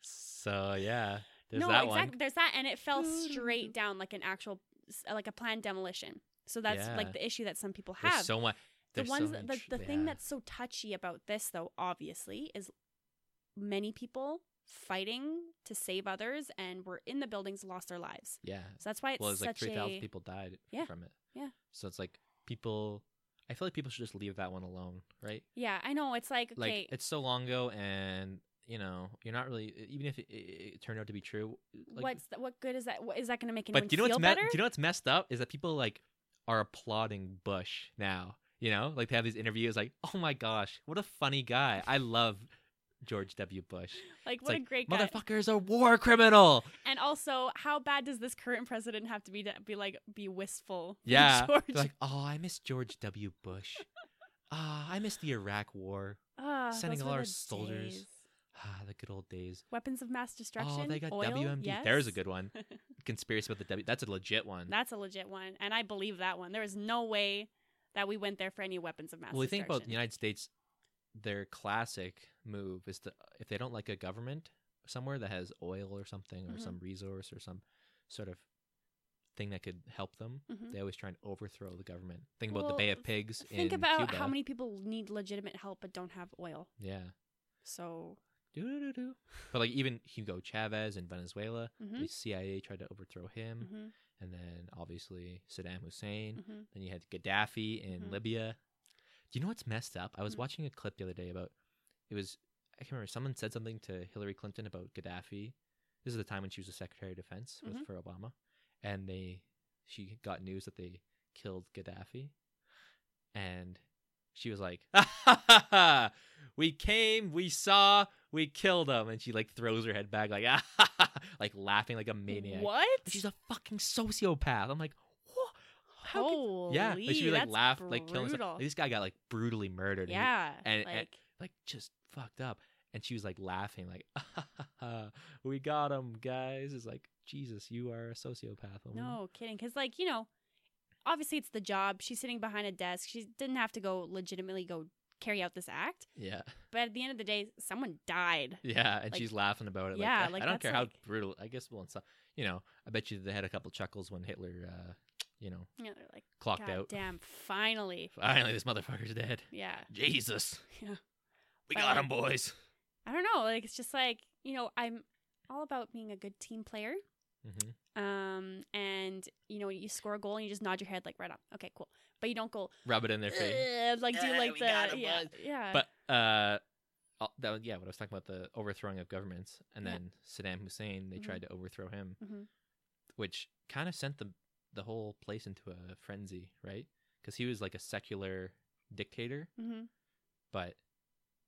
Speaker 2: so yeah, there's
Speaker 1: no,
Speaker 2: that
Speaker 1: exactly.
Speaker 2: one.
Speaker 1: There's that, and it fell
Speaker 2: Doo-doo-doo.
Speaker 1: straight down like an actual, s- like a planned demolition. So that's
Speaker 2: Yeah.
Speaker 1: like the issue that some people
Speaker 2: There's
Speaker 1: have.
Speaker 2: so much.
Speaker 1: the
Speaker 2: there's so
Speaker 1: ones that-
Speaker 2: many tr-
Speaker 1: the, the thing
Speaker 2: yeah.
Speaker 1: that's so touchy about this though obviously is many people fighting to save others and were in the buildings lost their lives
Speaker 2: yeah,
Speaker 1: so that's why it's
Speaker 2: well, it's
Speaker 1: such
Speaker 2: like three thousand
Speaker 1: a
Speaker 2: people died
Speaker 1: Yeah,
Speaker 2: from it.
Speaker 1: yeah.
Speaker 2: So it's like people. I feel like people should just leave that one alone, right?
Speaker 1: yeah i know it's like okay
Speaker 2: Like it's so long ago, and you know you're not really. Even if it, it, it turned out to be true, like,
Speaker 1: what's the, what good is that what, is that going to make anyone
Speaker 2: But do you know
Speaker 1: feel
Speaker 2: what's me-
Speaker 1: better
Speaker 2: do you know what's messed up is that people like are applauding Bush now. You know, like they have these interviews, like, oh my gosh, what a funny guy. I love George W. Bush.
Speaker 1: like
Speaker 2: It's
Speaker 1: what a
Speaker 2: like,
Speaker 1: great guy
Speaker 2: Motherfucker's a war criminal.
Speaker 1: and also how bad does this current president have to be to be like be wistful for
Speaker 2: Yeah.
Speaker 1: George?
Speaker 2: They're like, oh, I miss George W. Bush. Ah, I miss the Iraq War.
Speaker 1: Ah,
Speaker 2: sending
Speaker 1: those
Speaker 2: all
Speaker 1: were
Speaker 2: our
Speaker 1: the
Speaker 2: soldiers.
Speaker 1: days.
Speaker 2: Ah, the good old days.
Speaker 1: weapons of mass destruction
Speaker 2: Oh, they got
Speaker 1: oil,
Speaker 2: WMD.
Speaker 1: yes.
Speaker 2: There's a good one. Conspiracy about the W. That's a legit one.
Speaker 1: That's a legit one, and I believe that one. There is no way that we went there for any weapons of mass
Speaker 2: well, you think
Speaker 1: destruction.
Speaker 2: about the United States, their classic move is to if they don't like a government somewhere that has oil or something or
Speaker 1: Mhm.
Speaker 2: some resource or some sort of thing that could help them,
Speaker 1: Mhm.
Speaker 2: they always try and overthrow the government. Think about
Speaker 1: Well,
Speaker 2: the Bay of
Speaker 1: th-
Speaker 2: Pigs.
Speaker 1: Think
Speaker 2: in
Speaker 1: about
Speaker 2: Cuba.
Speaker 1: how many people need legitimate help but don't have oil.
Speaker 2: Yeah.
Speaker 1: So
Speaker 2: Doo-doo-doo-doo. But like even Hugo Chavez in Venezuela,
Speaker 1: Mhm.
Speaker 2: the CIA tried to overthrow him,
Speaker 1: mhm,
Speaker 2: and then obviously Saddam Hussein.
Speaker 1: mhm.
Speaker 2: Then you had Gaddafi in
Speaker 1: Mhm.
Speaker 2: Libya. Do you know what's messed up? I was
Speaker 1: Mhm.
Speaker 2: watching a clip the other day about it was I can't remember someone said something to Hillary Clinton about Gaddafi. This is the time when she was the Secretary of Defense with,
Speaker 1: Mhm.
Speaker 2: for Obama, and they she got news that they killed Gaddafi, and she was like, "Ha ha ha! ha. We came, we saw, we killed him," and she like throws her head back like, "Ah ha ha!" ha," like laughing like a maniac.
Speaker 1: What?
Speaker 2: She's a fucking sociopath. I'm like, what? How could-
Speaker 1: Holy,
Speaker 2: yeah, like she would like
Speaker 1: that's
Speaker 2: laugh,
Speaker 1: brutal.
Speaker 2: like killing. Herself. Like, this guy got like brutally murdered. and he-
Speaker 1: yeah,
Speaker 2: and-
Speaker 1: like
Speaker 2: and- like just fucked up. And she was like laughing, like, "We got him, guys." It's like Jesus, you are a sociopath. woman.
Speaker 1: no kidding, because like you know, obviously it's the job. She's sitting behind a desk. She didn't have to go legitimately go carry out this act,
Speaker 2: Yeah,
Speaker 1: but at the end of the day, someone died.
Speaker 2: yeah. And
Speaker 1: Like-
Speaker 2: she's laughing about it.
Speaker 1: Yeah,
Speaker 2: like, "Ah,
Speaker 1: like,
Speaker 2: I don't
Speaker 1: that's
Speaker 2: care
Speaker 1: like-
Speaker 2: how brutal. I guess well, in some, you know, I bet you they had a couple chuckles when Hitler, uh, you know,
Speaker 1: Yeah, they're like,
Speaker 2: clocked
Speaker 1: God
Speaker 2: out.
Speaker 1: damn, finally,
Speaker 2: Finally, this motherfucker's dead.
Speaker 1: yeah.
Speaker 2: Jesus,
Speaker 1: Yeah. But,
Speaker 2: we got
Speaker 1: like,
Speaker 2: him, boys.
Speaker 1: I don't know. Like it's just like you know, I'm all about being a good team player.
Speaker 2: Mm-hmm.
Speaker 1: Um, and you know, you score a goal and you just nod your head like right up, okay, cool. But you don't go
Speaker 2: Rub it in their face.
Speaker 1: "Ugh," like do
Speaker 2: "Ah,
Speaker 1: like
Speaker 2: we
Speaker 1: the
Speaker 2: got 'em,
Speaker 1: yeah,
Speaker 2: boys."
Speaker 1: yeah.
Speaker 2: but uh I'll- that was, yeah what i was talking about the overthrowing of governments and
Speaker 1: Yeah.
Speaker 2: then saddam hussein they
Speaker 1: Mhm.
Speaker 2: tried to overthrow him
Speaker 1: Mhm.
Speaker 2: which kind of sent the the whole place into a frenzy right because he was like a secular dictator
Speaker 1: hmm
Speaker 2: but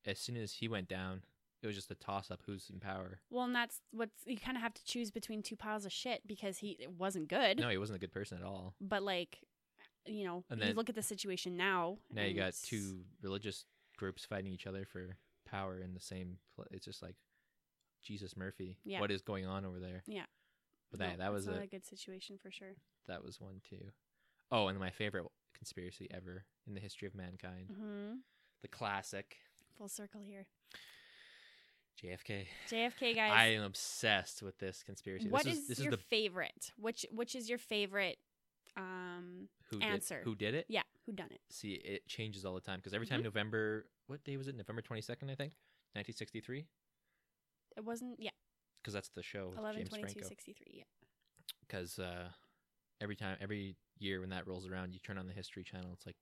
Speaker 2: as soon as he went down it was just a toss up who's in power
Speaker 1: Well, and that's what's you kind of have to choose between two piles of shit because he it wasn't good.
Speaker 2: no he wasn't a good person at all
Speaker 1: But like, you know,
Speaker 2: And
Speaker 1: you
Speaker 2: then-
Speaker 1: look at the situation now.
Speaker 2: now you got
Speaker 1: and-
Speaker 2: two religious groups fighting each other for power in the same pl- it's just like jesus murphy
Speaker 1: Yeah.
Speaker 2: what is going on over there
Speaker 1: Yeah.
Speaker 2: but
Speaker 1: No,
Speaker 2: that, that
Speaker 1: it's
Speaker 2: was
Speaker 1: not
Speaker 2: a,
Speaker 1: a good situation for sure.
Speaker 2: That was one too. Oh, and my favorite conspiracy ever in the Mm. history of mankind,
Speaker 1: hmm
Speaker 2: the classic
Speaker 1: Full circle here.
Speaker 2: JFK.
Speaker 1: JFK guys.
Speaker 2: I am obsessed with this conspiracy.
Speaker 1: What
Speaker 2: this
Speaker 1: is
Speaker 2: is, this
Speaker 1: your
Speaker 2: is the
Speaker 1: favorite? Which which is your favorite? Um,
Speaker 2: who
Speaker 1: answer?
Speaker 2: Did, who did it?
Speaker 1: yeah, Mm-hmm. who done it?
Speaker 2: See, it changes all the time because every time November, what day was it? November twenty second, I think, nineteen sixty three.
Speaker 1: It wasn't. Yeah,
Speaker 2: Because that's the show. with
Speaker 1: eleven
Speaker 2: James
Speaker 1: twenty two
Speaker 2: Franco.
Speaker 1: sixty three. Yeah,
Speaker 2: because uh, every time, every year when that rolls around, you turn on the History Channel. It's like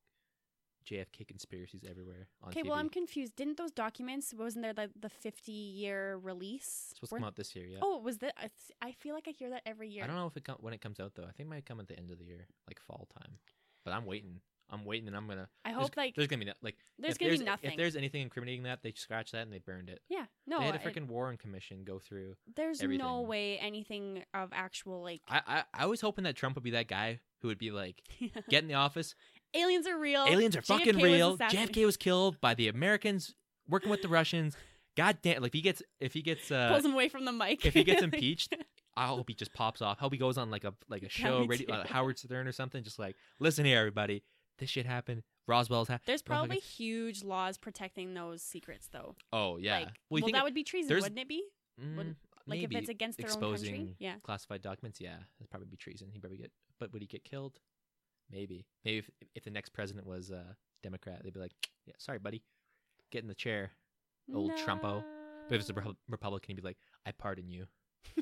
Speaker 2: JFK conspiracies everywhere on
Speaker 1: Okay,
Speaker 2: TV.
Speaker 1: well, I'm confused. Didn't those documents wasn't there like the 50 year release?
Speaker 2: it's supposed
Speaker 1: Weren't-
Speaker 2: to come out this year, yeah.
Speaker 1: Oh, was that? I th- I feel like I hear that every year.
Speaker 2: I don't know if it com- when it comes out though. I think it might come at the end of the year, like fall time. But I'm waiting. I'm waiting, and I'm gonna.
Speaker 1: I
Speaker 2: there's-
Speaker 1: hope like
Speaker 2: there's gonna be no, like
Speaker 1: there's
Speaker 2: if
Speaker 1: gonna
Speaker 2: there's,
Speaker 1: be nothing.
Speaker 2: If there's anything incriminating that, they scratched that and they burned it.
Speaker 1: yeah, no,
Speaker 2: they had a
Speaker 1: I-
Speaker 2: freaking Warren Commission go through.
Speaker 1: there's no
Speaker 2: everything.
Speaker 1: way anything of actual like
Speaker 2: I, I I was hoping that Trump would be that guy who would be like, get in the office.
Speaker 1: aliens are real.
Speaker 2: Aliens are fucking
Speaker 1: JFK was
Speaker 2: real.
Speaker 1: assassinated.
Speaker 2: JFK was killed by the Americans working with the Russians. God damn! Like if he gets if he gets uh,
Speaker 1: pulls him away from the mic.
Speaker 2: if he gets
Speaker 1: Like,
Speaker 2: impeached, I hope he just pops off. hope he goes on like a like a show,
Speaker 1: me
Speaker 2: radio, uh,
Speaker 1: too.
Speaker 2: Howard Stern or something. Just like listen here, everybody, this shit happened. Roswell's happened.
Speaker 1: There's
Speaker 2: Bro, like-
Speaker 1: probably huge laws protecting those secrets, though.
Speaker 2: Oh yeah.
Speaker 1: Like,
Speaker 2: well, you
Speaker 1: well,
Speaker 2: think
Speaker 1: that would be treason,
Speaker 2: there's-
Speaker 1: wouldn't it be?
Speaker 2: mm,
Speaker 1: wouldn't- Like
Speaker 2: maybe
Speaker 1: if it's against their own country.
Speaker 2: exposing
Speaker 1: Yeah.
Speaker 2: classified documents, yeah, it'd probably be treason. He'd probably get, but would he get killed? Maybe. Maybe if, if the next president was a Democrat, they'd be like, yeah, sorry, buddy, get in the chair. old Trumpo. But if it's a Repu- Republican, he'd be like, I pardon you.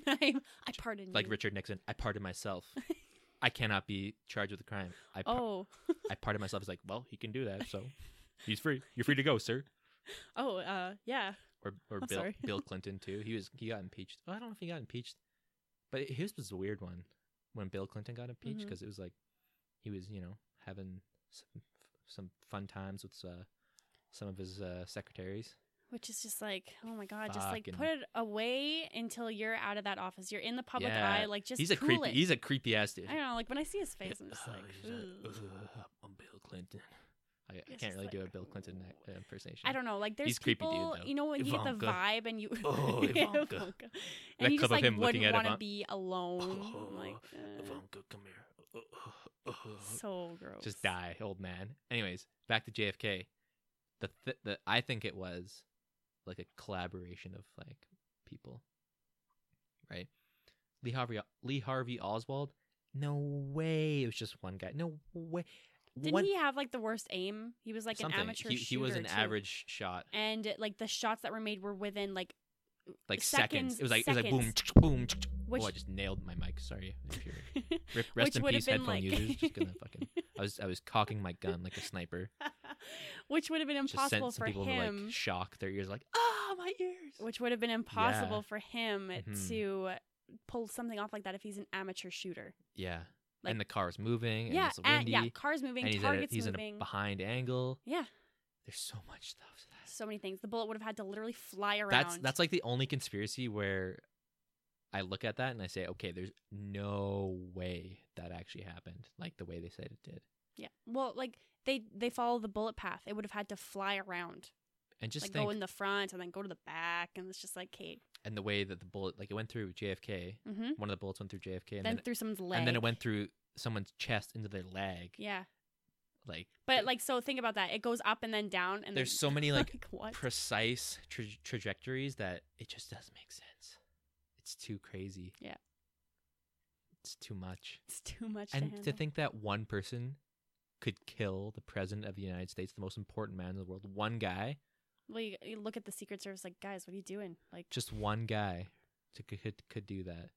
Speaker 1: I, I pardon
Speaker 2: Like
Speaker 1: you.
Speaker 2: Richard Nixon, I pardon myself. I cannot be charged with a crime. I par-
Speaker 1: Oh,
Speaker 2: I pardon myself. It's like, well, he can do that, so he's free. You're free to go, sir.
Speaker 1: oh, uh, yeah.
Speaker 2: or or
Speaker 1: Oh,
Speaker 2: Bill
Speaker 1: sorry.
Speaker 2: Bill Clinton too. He was he got impeached. Well, I don't know if he got impeached, but it- his was a weird one when Bill Clinton got impeached
Speaker 1: Mhm.
Speaker 2: because it was like he was you know having some, some fun times with uh, some of his uh, secretaries.
Speaker 1: Which is just like, oh my god, just like
Speaker 2: Fucking-
Speaker 1: put it away until you're out of that office. You're in the public
Speaker 2: Yeah.
Speaker 1: eye. Like just
Speaker 2: he's a
Speaker 1: cool
Speaker 2: creepy
Speaker 1: it.
Speaker 2: he's a creepy ass dude.
Speaker 1: I don't know. Like when I see his face, I'm just
Speaker 2: Oh,
Speaker 1: like,
Speaker 2: he's like,
Speaker 1: "Ugh."
Speaker 2: "Ugh, I'm Bill Clinton. I, I
Speaker 1: It's
Speaker 2: can't
Speaker 1: just
Speaker 2: really do a
Speaker 1: like,
Speaker 2: Bill Clinton ac- uh, impersonation.
Speaker 1: I don't know. Like there's
Speaker 2: He's creepy
Speaker 1: people,
Speaker 2: dude, though.
Speaker 1: you know, when you get the
Speaker 2: Ivanka.
Speaker 1: vibe and you,
Speaker 2: Oh,
Speaker 1: Yeah,
Speaker 2: Ivanka.
Speaker 1: Ivanka. and
Speaker 2: That
Speaker 1: you
Speaker 2: clip
Speaker 1: just
Speaker 2: of
Speaker 1: like
Speaker 2: him looking
Speaker 1: wouldn't
Speaker 2: at
Speaker 1: want to
Speaker 2: Ivan- Oh,
Speaker 1: be alone. I'm like, "Uh,
Speaker 2: Ivanka, come here. Uh, uh, uh, uh."
Speaker 1: so gross.
Speaker 2: just die, old man. Anyways, back to JFK. The th- the I think it was like a collaboration of like people, right? Lee Harvey Lee Harvey Oswald. No way, it was just one guy. No way.
Speaker 1: Didn't
Speaker 2: One-
Speaker 1: he have like the worst aim? He was like
Speaker 2: something.
Speaker 1: an amateur
Speaker 2: He,
Speaker 1: shooter.
Speaker 2: he was an
Speaker 1: too.
Speaker 2: average shot,
Speaker 1: And like the shots that were made were within like
Speaker 2: like seconds.
Speaker 1: Seconds,
Speaker 2: It was like it was like boom,
Speaker 1: seconds.
Speaker 2: boom.
Speaker 1: which
Speaker 2: Oh, I just nailed my mic. Sorry. computer. Rip, rest in
Speaker 1: would've
Speaker 2: peace,
Speaker 1: been,
Speaker 2: headphone
Speaker 1: like-
Speaker 2: users. Just gonna fucking. I was I was cocking my gun like a sniper.
Speaker 1: which would have been
Speaker 2: Just
Speaker 1: impossible
Speaker 2: sent
Speaker 1: for
Speaker 2: some people into
Speaker 1: him.
Speaker 2: like shock. Their ears like, ah, my ears.
Speaker 1: which would have been impossible for him
Speaker 2: Mhm.
Speaker 1: to pull something off like that if he's an amateur shooter.
Speaker 2: Yeah.
Speaker 1: Like-
Speaker 2: and the car's moving.
Speaker 1: yeah,
Speaker 2: And it's
Speaker 1: and
Speaker 2: windy.
Speaker 1: yeah, cars moving,
Speaker 2: and he's, at a,
Speaker 1: targets
Speaker 2: he's in
Speaker 1: moving.
Speaker 2: a behind angle.
Speaker 1: yeah,
Speaker 2: There's so much stuff to that.
Speaker 1: so many things. The bullet would have had to literally fly around.
Speaker 2: That's that's like the only conspiracy where I look at that and I say, okay, there's no way that actually happened, like the way they said it did.
Speaker 1: yeah. Well, like they they follow the bullet path. It would have had to fly around,
Speaker 2: And just
Speaker 1: like
Speaker 2: think,
Speaker 1: go in the front and then go to the back, and it's just like, okay,
Speaker 2: and the way that the bullet, like it went through JFK.
Speaker 1: mm-hmm.
Speaker 2: One of the bullets went through JFK, and
Speaker 1: then,
Speaker 2: then,
Speaker 1: through someone's leg,
Speaker 2: and then it went through someone's chest into their leg.
Speaker 1: Yeah,
Speaker 2: Like
Speaker 1: but like so, think about that. It goes up and then down, and
Speaker 2: there's
Speaker 1: then,
Speaker 2: so many like
Speaker 1: what?
Speaker 2: precise tra- trajectories that it just doesn't make sense. It's too crazy.
Speaker 1: Yeah.
Speaker 2: It's too much.
Speaker 1: it's too much. to
Speaker 2: and
Speaker 1: handle.
Speaker 2: to think that one person could kill the president of the United States, the most important man in the world, one guy,
Speaker 1: Well, you, you look at the Secret Service, like, guys, what are you doing? Like,
Speaker 2: just one guy to, could, could, could do that.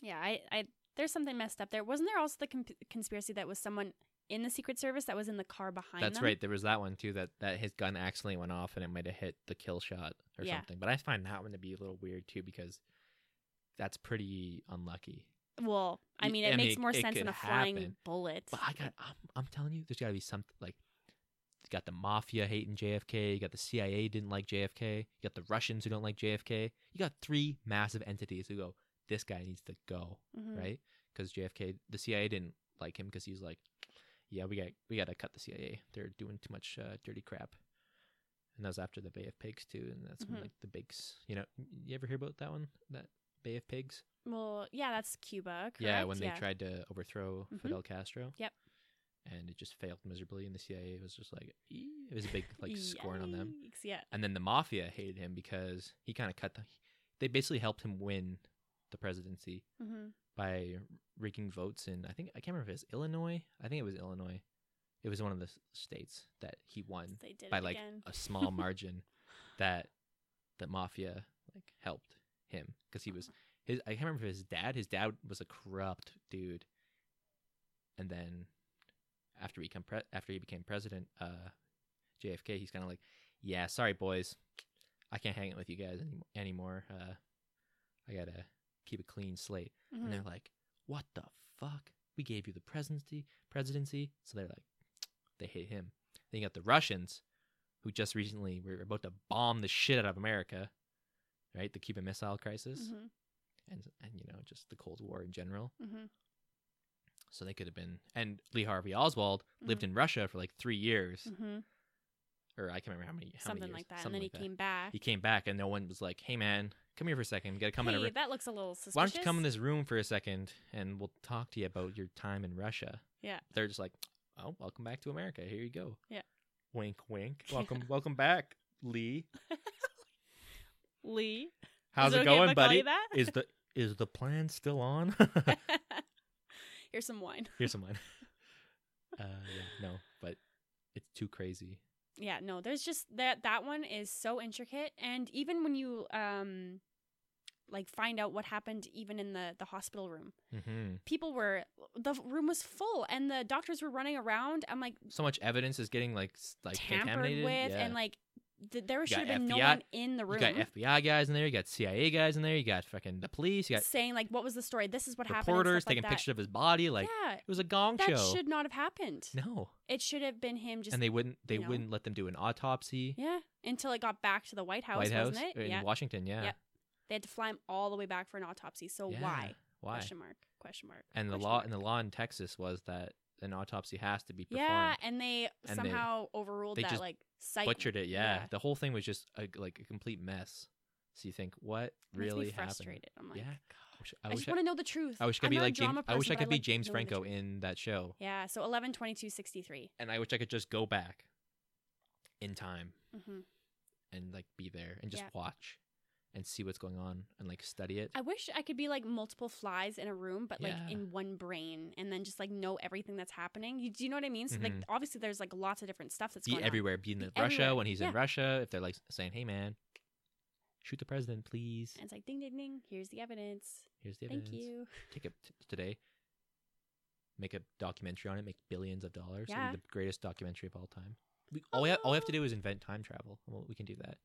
Speaker 1: yeah, I, I, there's something messed up there. Wasn't there also the com- conspiracy that was someone in the Secret Service that was in the car behind
Speaker 2: That's
Speaker 1: them?
Speaker 2: right. There was that one too that, that his gun accidentally went off and it might have hit the kill shot or
Speaker 1: Yeah.
Speaker 2: something. But I find that one to be a little weird too because that's pretty unlucky.
Speaker 1: Well, I
Speaker 2: Y-
Speaker 1: mean, it
Speaker 2: I mean,
Speaker 1: makes
Speaker 2: it-
Speaker 1: more
Speaker 2: it
Speaker 1: sense
Speaker 2: could
Speaker 1: than a flying
Speaker 2: happen,
Speaker 1: bullet.
Speaker 2: But I got, I'm, I'm telling you, there's got to be something like, you got the mafia hating JFK, you got the CIA didn't like JFK, you got the Russians who don't like JFK, you got three massive entities who go, this guy needs to go,
Speaker 1: Mhm.
Speaker 2: right? Because JFK, the CIA didn't like him because he was like, yeah, we got we got to cut the CIA. They're doing too much uh, dirty crap. And that was after the Bay of Pigs too, and that's
Speaker 1: Mhm.
Speaker 2: when like the bigs, you know, you ever hear about that one, that Bay of Pigs?
Speaker 1: Well, yeah, that's Cuba. Correct?
Speaker 2: Yeah, when they tried to overthrow
Speaker 1: Mhm.
Speaker 2: Fidel Castro.
Speaker 1: Yep.
Speaker 2: And it just failed miserably, and the CIA was just like, "Ew, It was a big like scorn on them.
Speaker 1: Yikes, Yeah.
Speaker 2: And then the mafia hated him because he kind of cut the. They basically helped him win the presidency
Speaker 1: hmm
Speaker 2: by rigging votes in. I think I can't remember if it was Illinois. I think it was Illinois. It was one of the s- states that he won
Speaker 1: They did
Speaker 2: by
Speaker 1: it
Speaker 2: like
Speaker 1: again.
Speaker 2: a small margin that the mafia like helped him because he was
Speaker 1: Uh-huh.
Speaker 2: his I can't remember if his dad his dad was a corrupt dude and then after he become pre- after he became president uh JFK he's kind of like yeah sorry boys I can't hang it with you guys any- anymore uh I got to keep a clean slate
Speaker 1: Mhm.
Speaker 2: and they're like, "What the fuck? We gave you the presidency, presidency." So they're like, they hate him. Then you got the Russians, who just recently were about to bomb the shit out of America, right? The Cuban Missile Crisis,
Speaker 1: Mhm,
Speaker 2: and and you know just the Cold War in general.
Speaker 1: mhm.
Speaker 2: So they could have been. And Lee Harvey Oswald
Speaker 1: Mm-hmm.
Speaker 2: lived in Russia for like three years,
Speaker 1: Mhm.
Speaker 2: or I can't remember how many. How many
Speaker 1: Something
Speaker 2: years,
Speaker 1: like that. and then
Speaker 2: something like
Speaker 1: he came back.
Speaker 2: He came back, and no one was like, "Hey, man, come here for a second. You gotta come
Speaker 1: hey,
Speaker 2: in." A re-
Speaker 1: that looks a little suspicious.
Speaker 2: Why don't you come in this room for a second, and we'll talk to you about your time in Russia?
Speaker 1: Yeah.
Speaker 2: they're just like, "Oh, welcome back to America. Here you go."
Speaker 1: Yeah.
Speaker 2: Wink, wink.
Speaker 1: Yeah.
Speaker 2: Welcome, welcome back, Lee.
Speaker 1: Lee?
Speaker 2: How's
Speaker 1: Is
Speaker 2: it,
Speaker 1: okay if
Speaker 2: going,
Speaker 1: I call
Speaker 2: buddy?
Speaker 1: you that?
Speaker 2: Is the is the plan still on?
Speaker 1: Here's some wine.
Speaker 2: Here's some wine. Uh, yeah, no, but it's too crazy.
Speaker 1: Yeah, no, there's just that that one is so intricate and even when you um like find out what happened even in the the hospital room.
Speaker 2: hmm
Speaker 1: People were the room was full and the doctors were running around. I'm like
Speaker 2: So much evidence is getting like s- like
Speaker 1: tampered
Speaker 2: contaminated.
Speaker 1: with
Speaker 2: yeah.
Speaker 1: and like th- there
Speaker 2: You
Speaker 1: should
Speaker 2: got
Speaker 1: have been no
Speaker 2: FBI
Speaker 1: one in the
Speaker 2: you
Speaker 1: room
Speaker 2: got FBI guys in there. You got CIA guys in there. You got fucking the police. You got
Speaker 1: saying like what was the story? This is what happened. and
Speaker 2: reporters
Speaker 1: stuff like
Speaker 2: taking
Speaker 1: that.
Speaker 2: pictures of his body. Like
Speaker 1: yeah,
Speaker 2: it was a gong
Speaker 1: that
Speaker 2: show.
Speaker 1: should not have happened.
Speaker 2: no,
Speaker 1: It should have been him just
Speaker 2: and they wouldn't. They
Speaker 1: you know.
Speaker 2: wouldn't let them do an autopsy.
Speaker 1: yeah until it got back to the White House,
Speaker 2: White House
Speaker 1: wasn't it?
Speaker 2: in
Speaker 1: Yeah,
Speaker 2: Washington. Yeah.
Speaker 1: Yeah. they had to fly him all the way back for an autopsy. So
Speaker 2: Yeah.
Speaker 1: why?
Speaker 2: Why?
Speaker 1: Question mark. Question mark.
Speaker 2: and the
Speaker 1: question
Speaker 2: law
Speaker 1: mark.
Speaker 2: and the law in Texas was that an autopsy has to be performed.
Speaker 1: yeah, and they
Speaker 2: And they-
Speaker 1: somehow overruled
Speaker 2: they
Speaker 1: that
Speaker 2: just
Speaker 1: like psych
Speaker 2: Butchered it. Yeah.
Speaker 1: yeah.
Speaker 2: The whole thing was just a, like a complete mess. So you think what
Speaker 1: It makes me
Speaker 2: really happened?
Speaker 1: frustrated. I'm like,
Speaker 2: Yeah. I wish
Speaker 1: I,
Speaker 2: I, wish
Speaker 1: just
Speaker 2: I,
Speaker 1: want to know the truth.
Speaker 2: I wish I could
Speaker 1: I'm
Speaker 2: be
Speaker 1: not a
Speaker 2: like James.
Speaker 1: drama
Speaker 2: I wish I
Speaker 1: person, but
Speaker 2: could be
Speaker 1: like
Speaker 2: James
Speaker 1: knowing the
Speaker 2: Franco
Speaker 1: truth.
Speaker 2: in that show,
Speaker 1: Yeah, so eleven twenty two sixty three.
Speaker 2: and I wish I could just go back in time
Speaker 1: Mm-hmm.
Speaker 2: and like be there and just
Speaker 1: Yeah.
Speaker 2: watch and see what's going on and like study it.
Speaker 1: I wish I could be like multiple flies in a room, but like
Speaker 2: Yeah.
Speaker 1: in one brain, and then just like know everything that's happening. You, do you know what I mean? So like,
Speaker 2: Mhm.
Speaker 1: obviously, there's like lots of different stuff that's
Speaker 2: be
Speaker 1: going
Speaker 2: everywhere. Be in
Speaker 1: Be
Speaker 2: the Russia
Speaker 1: everywhere.
Speaker 2: when he's in
Speaker 1: Yeah.
Speaker 2: Russia. If they're like saying, "Hey man, shoot the president, please."
Speaker 1: on. And it's like ding ding ding. Here's the evidence.
Speaker 2: Here's the evidence.
Speaker 1: Thank you.
Speaker 2: Take it t- today. Make a documentary on it. Make billions of dollars. It'll be
Speaker 1: Yeah.
Speaker 2: the greatest documentary of all time. We, all, we have, all we have to
Speaker 1: Oh.
Speaker 2: do is invent time travel. Well, we can do that.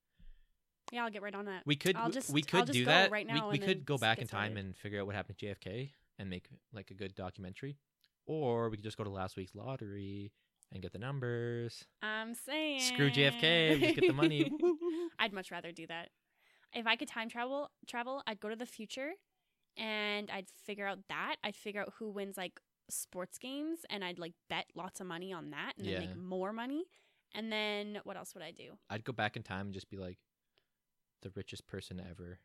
Speaker 1: Yeah, I'll get right on that.
Speaker 2: We could.
Speaker 1: I'll
Speaker 2: w-
Speaker 1: just-
Speaker 2: we
Speaker 1: I'll
Speaker 2: could
Speaker 1: just
Speaker 2: do
Speaker 1: go
Speaker 2: that
Speaker 1: right
Speaker 2: We-
Speaker 1: now
Speaker 2: We,
Speaker 1: and
Speaker 2: could
Speaker 1: then
Speaker 2: go
Speaker 1: s-
Speaker 2: back
Speaker 1: get
Speaker 2: in time
Speaker 1: started.
Speaker 2: and figure out what happened to JFK and make like a good documentary, or we could just go to last week's lottery and get the numbers.
Speaker 1: I'm saying
Speaker 2: Screw JFK. We just get the money. Woo, woo, woo.
Speaker 1: I'd much rather do that. If I could time travel, travel, I'd go to the future, and I'd figure out that. I'd figure out who wins like sports games, and I'd like bet lots of money on that, and then
Speaker 2: Yeah.
Speaker 1: make more money. And then what else would I do?
Speaker 2: I'd go back in time and just be like the richest person ever,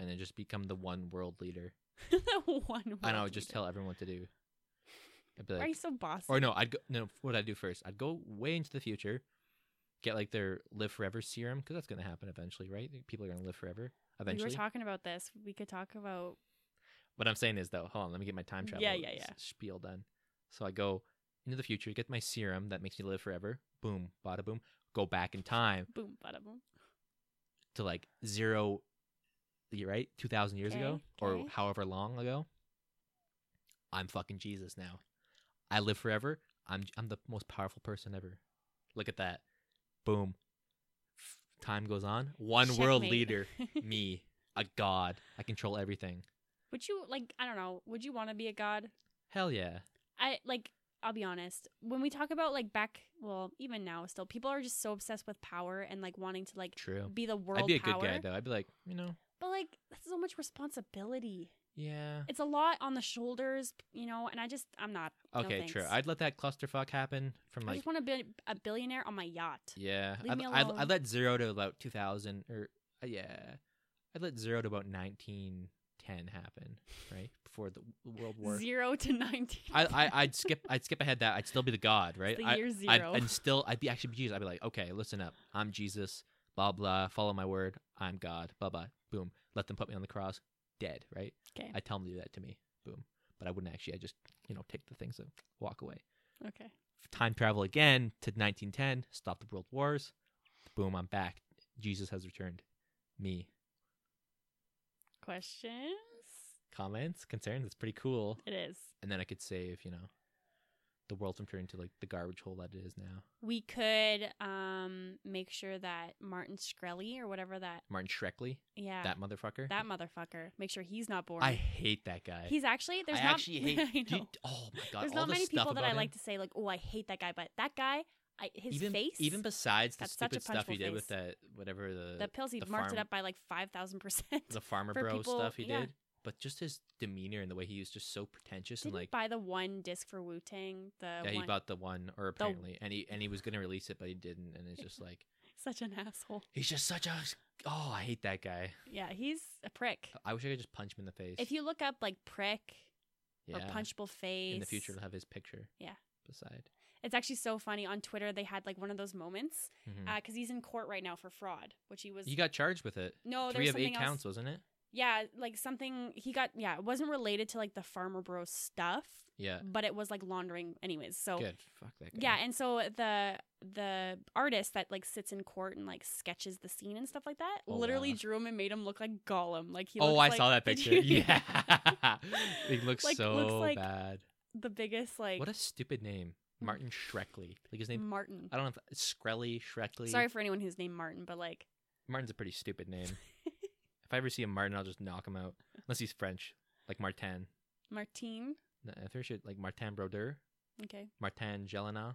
Speaker 2: and then just become the one world leader.
Speaker 1: the one.
Speaker 2: and I
Speaker 1: world
Speaker 2: would just
Speaker 1: leader.
Speaker 2: tell everyone what to do. I'd be
Speaker 1: Why are you
Speaker 2: like,
Speaker 1: so bossy?
Speaker 2: or no, I'd go. No, what would I do first? I'd go way into the future, get like their live forever serum because that's gonna happen eventually, right? People are gonna live forever
Speaker 1: we were
Speaker 2: eventually.
Speaker 1: talking about this. We could talk about
Speaker 2: what I'm saying is though, hold on, let me get my time
Speaker 1: Yeah,
Speaker 2: travel.
Speaker 1: yeah, yeah.
Speaker 2: s- Spiel done. So I go into the future, get my serum that makes me live forever. Boom, bada boom. Go back in time
Speaker 1: boom, bada boom.
Speaker 2: to like zero, y- right? Two thousand years ago,
Speaker 1: Okay,
Speaker 2: or
Speaker 1: okay.
Speaker 2: however long ago. I'm fucking Jesus now. I live forever. I'm J- I'm the most powerful person ever. Look at that. Boom. F- Time goes on. One world
Speaker 1: Checkmate.
Speaker 2: leader. Me, a god. I control everything.
Speaker 1: Would you like? I don't know. Would you want to be a god?
Speaker 2: Hell yeah.
Speaker 1: I like I'll be honest. When we talk about like back well, even now still, people are just so obsessed with power and like wanting to like
Speaker 2: True.
Speaker 1: be the world
Speaker 2: I'd be a
Speaker 1: power.
Speaker 2: good guy though. I'd be like, you know,
Speaker 1: But like that's so much responsibility.
Speaker 2: yeah.
Speaker 1: It's a lot on the shoulders, you know, and I just I'm not no
Speaker 2: Okay, true.
Speaker 1: thanks.
Speaker 2: I'd let that clusterfuck happen from
Speaker 1: I
Speaker 2: like
Speaker 1: just want to be a billionaire on my yacht.
Speaker 2: Yeah,
Speaker 1: Leave
Speaker 2: I,
Speaker 1: me
Speaker 2: I, I
Speaker 1: alone.
Speaker 2: let zero to about two thousand, or uh, yeah, I let zero to about nineteen can happen, right? Before the World War.
Speaker 1: Zero to nineteen.
Speaker 2: I, I I'd skip I'd skip ahead that I'd still be the god, right?
Speaker 1: It's the
Speaker 2: I,
Speaker 1: year
Speaker 2: I'd,
Speaker 1: 0
Speaker 2: and still I'd be actually be Jesus. I'd be like, okay, listen up, I'm Jesus, blah blah, follow my word, I'm God, blah blah, boom. Let them put me on the cross, dead, right?
Speaker 1: 'Kay.
Speaker 2: I tell them to do that to me, boom. But I wouldn't actually. I just you know take the things and walk away.
Speaker 1: okay.
Speaker 2: Time travel again to 1910, stop the world wars, boom, I'm back. Jesus has returned. Me
Speaker 1: Questions?
Speaker 2: comments concerns. It's pretty cool.
Speaker 1: It is.
Speaker 2: And then I could save you know the world from turning to like the garbage hole that it is now.
Speaker 1: We could um make sure that Martin Shkreli or whatever that
Speaker 2: Martin Shrekley,
Speaker 1: yeah
Speaker 2: that motherfucker.
Speaker 1: that motherfucker make sure he's not born.
Speaker 2: I hate that guy.
Speaker 1: he's actually there's
Speaker 2: I
Speaker 1: not
Speaker 2: actually hate.
Speaker 1: I
Speaker 2: do you-
Speaker 1: know.
Speaker 2: oh my god!
Speaker 1: there's
Speaker 2: all
Speaker 1: not
Speaker 2: the
Speaker 1: many
Speaker 2: stuff
Speaker 1: people that
Speaker 2: about
Speaker 1: I
Speaker 2: him.
Speaker 1: like to say like oh I hate that guy but that guy I, his
Speaker 2: even,
Speaker 1: face
Speaker 2: Even besides the
Speaker 1: That's such a
Speaker 2: stupid stuff he
Speaker 1: punchable
Speaker 2: did with
Speaker 1: face.
Speaker 2: that whatever the
Speaker 1: the pills he
Speaker 2: the
Speaker 1: marked it
Speaker 2: farm-
Speaker 1: up by like five thousand percent.
Speaker 2: the farmer
Speaker 1: for
Speaker 2: bro
Speaker 1: people-
Speaker 2: stuff he
Speaker 1: yeah.
Speaker 2: did, but just his demeanor and the way he was just so pretentious
Speaker 1: Didn't
Speaker 2: and like
Speaker 1: buy the one disc for Wu Tang. The
Speaker 2: yeah, he
Speaker 1: one,
Speaker 2: bought the one or apparently and he and he was gonna release it but he didn't and it's just like
Speaker 1: such an asshole.
Speaker 2: he's just such a oh I hate that guy.
Speaker 1: Yeah, he's a prick.
Speaker 2: I wish I could just punch him in the face.
Speaker 1: If you look up like prick
Speaker 2: yeah,
Speaker 1: or punchable face
Speaker 2: in the future, we'll have his picture.
Speaker 1: Yeah.
Speaker 2: beside.
Speaker 1: it's actually so funny. On Twitter, they had like one of those moments
Speaker 2: Mhm.
Speaker 1: because he's in court right now for fraud, which he was.
Speaker 2: you got charged with it.
Speaker 1: no,
Speaker 2: Three
Speaker 1: Oh, there's
Speaker 2: of eight
Speaker 1: something else.
Speaker 2: counts, wasn't it?
Speaker 1: Yeah, like something he got. Yeah, it wasn't related to like the farmer bro stuff,
Speaker 2: Yeah.
Speaker 1: but it was like laundering, anyways. So
Speaker 2: Uh. Good. Fuck that guy.
Speaker 1: yeah, and so the the artist that like sits in court and like sketches the scene and stuff like that
Speaker 2: Oh,
Speaker 1: literally
Speaker 2: wow.
Speaker 1: drew him and made him look like Gollum. Like he.
Speaker 2: oh,
Speaker 1: looks
Speaker 2: I
Speaker 1: like-
Speaker 2: saw that
Speaker 1: Did
Speaker 2: picture.
Speaker 1: you-
Speaker 2: Yeah, it looks
Speaker 1: Like, looks
Speaker 2: so
Speaker 1: like
Speaker 2: bad.
Speaker 1: the biggest like Hmm.
Speaker 2: what a stupid name, Martin Shrekley. Like his name,
Speaker 1: Martin.
Speaker 2: I don't know if it's Shkreli, Shrekley.
Speaker 1: Sorry for anyone who's named Martin, but like
Speaker 2: Martin's a pretty stupid name. if I ever see a Martin, I'll just knock him out. Unless he's French, like Martin.
Speaker 1: Martine.
Speaker 2: No, I think should like Martin Brodeur,
Speaker 1: Okay.
Speaker 2: Martin Jelena.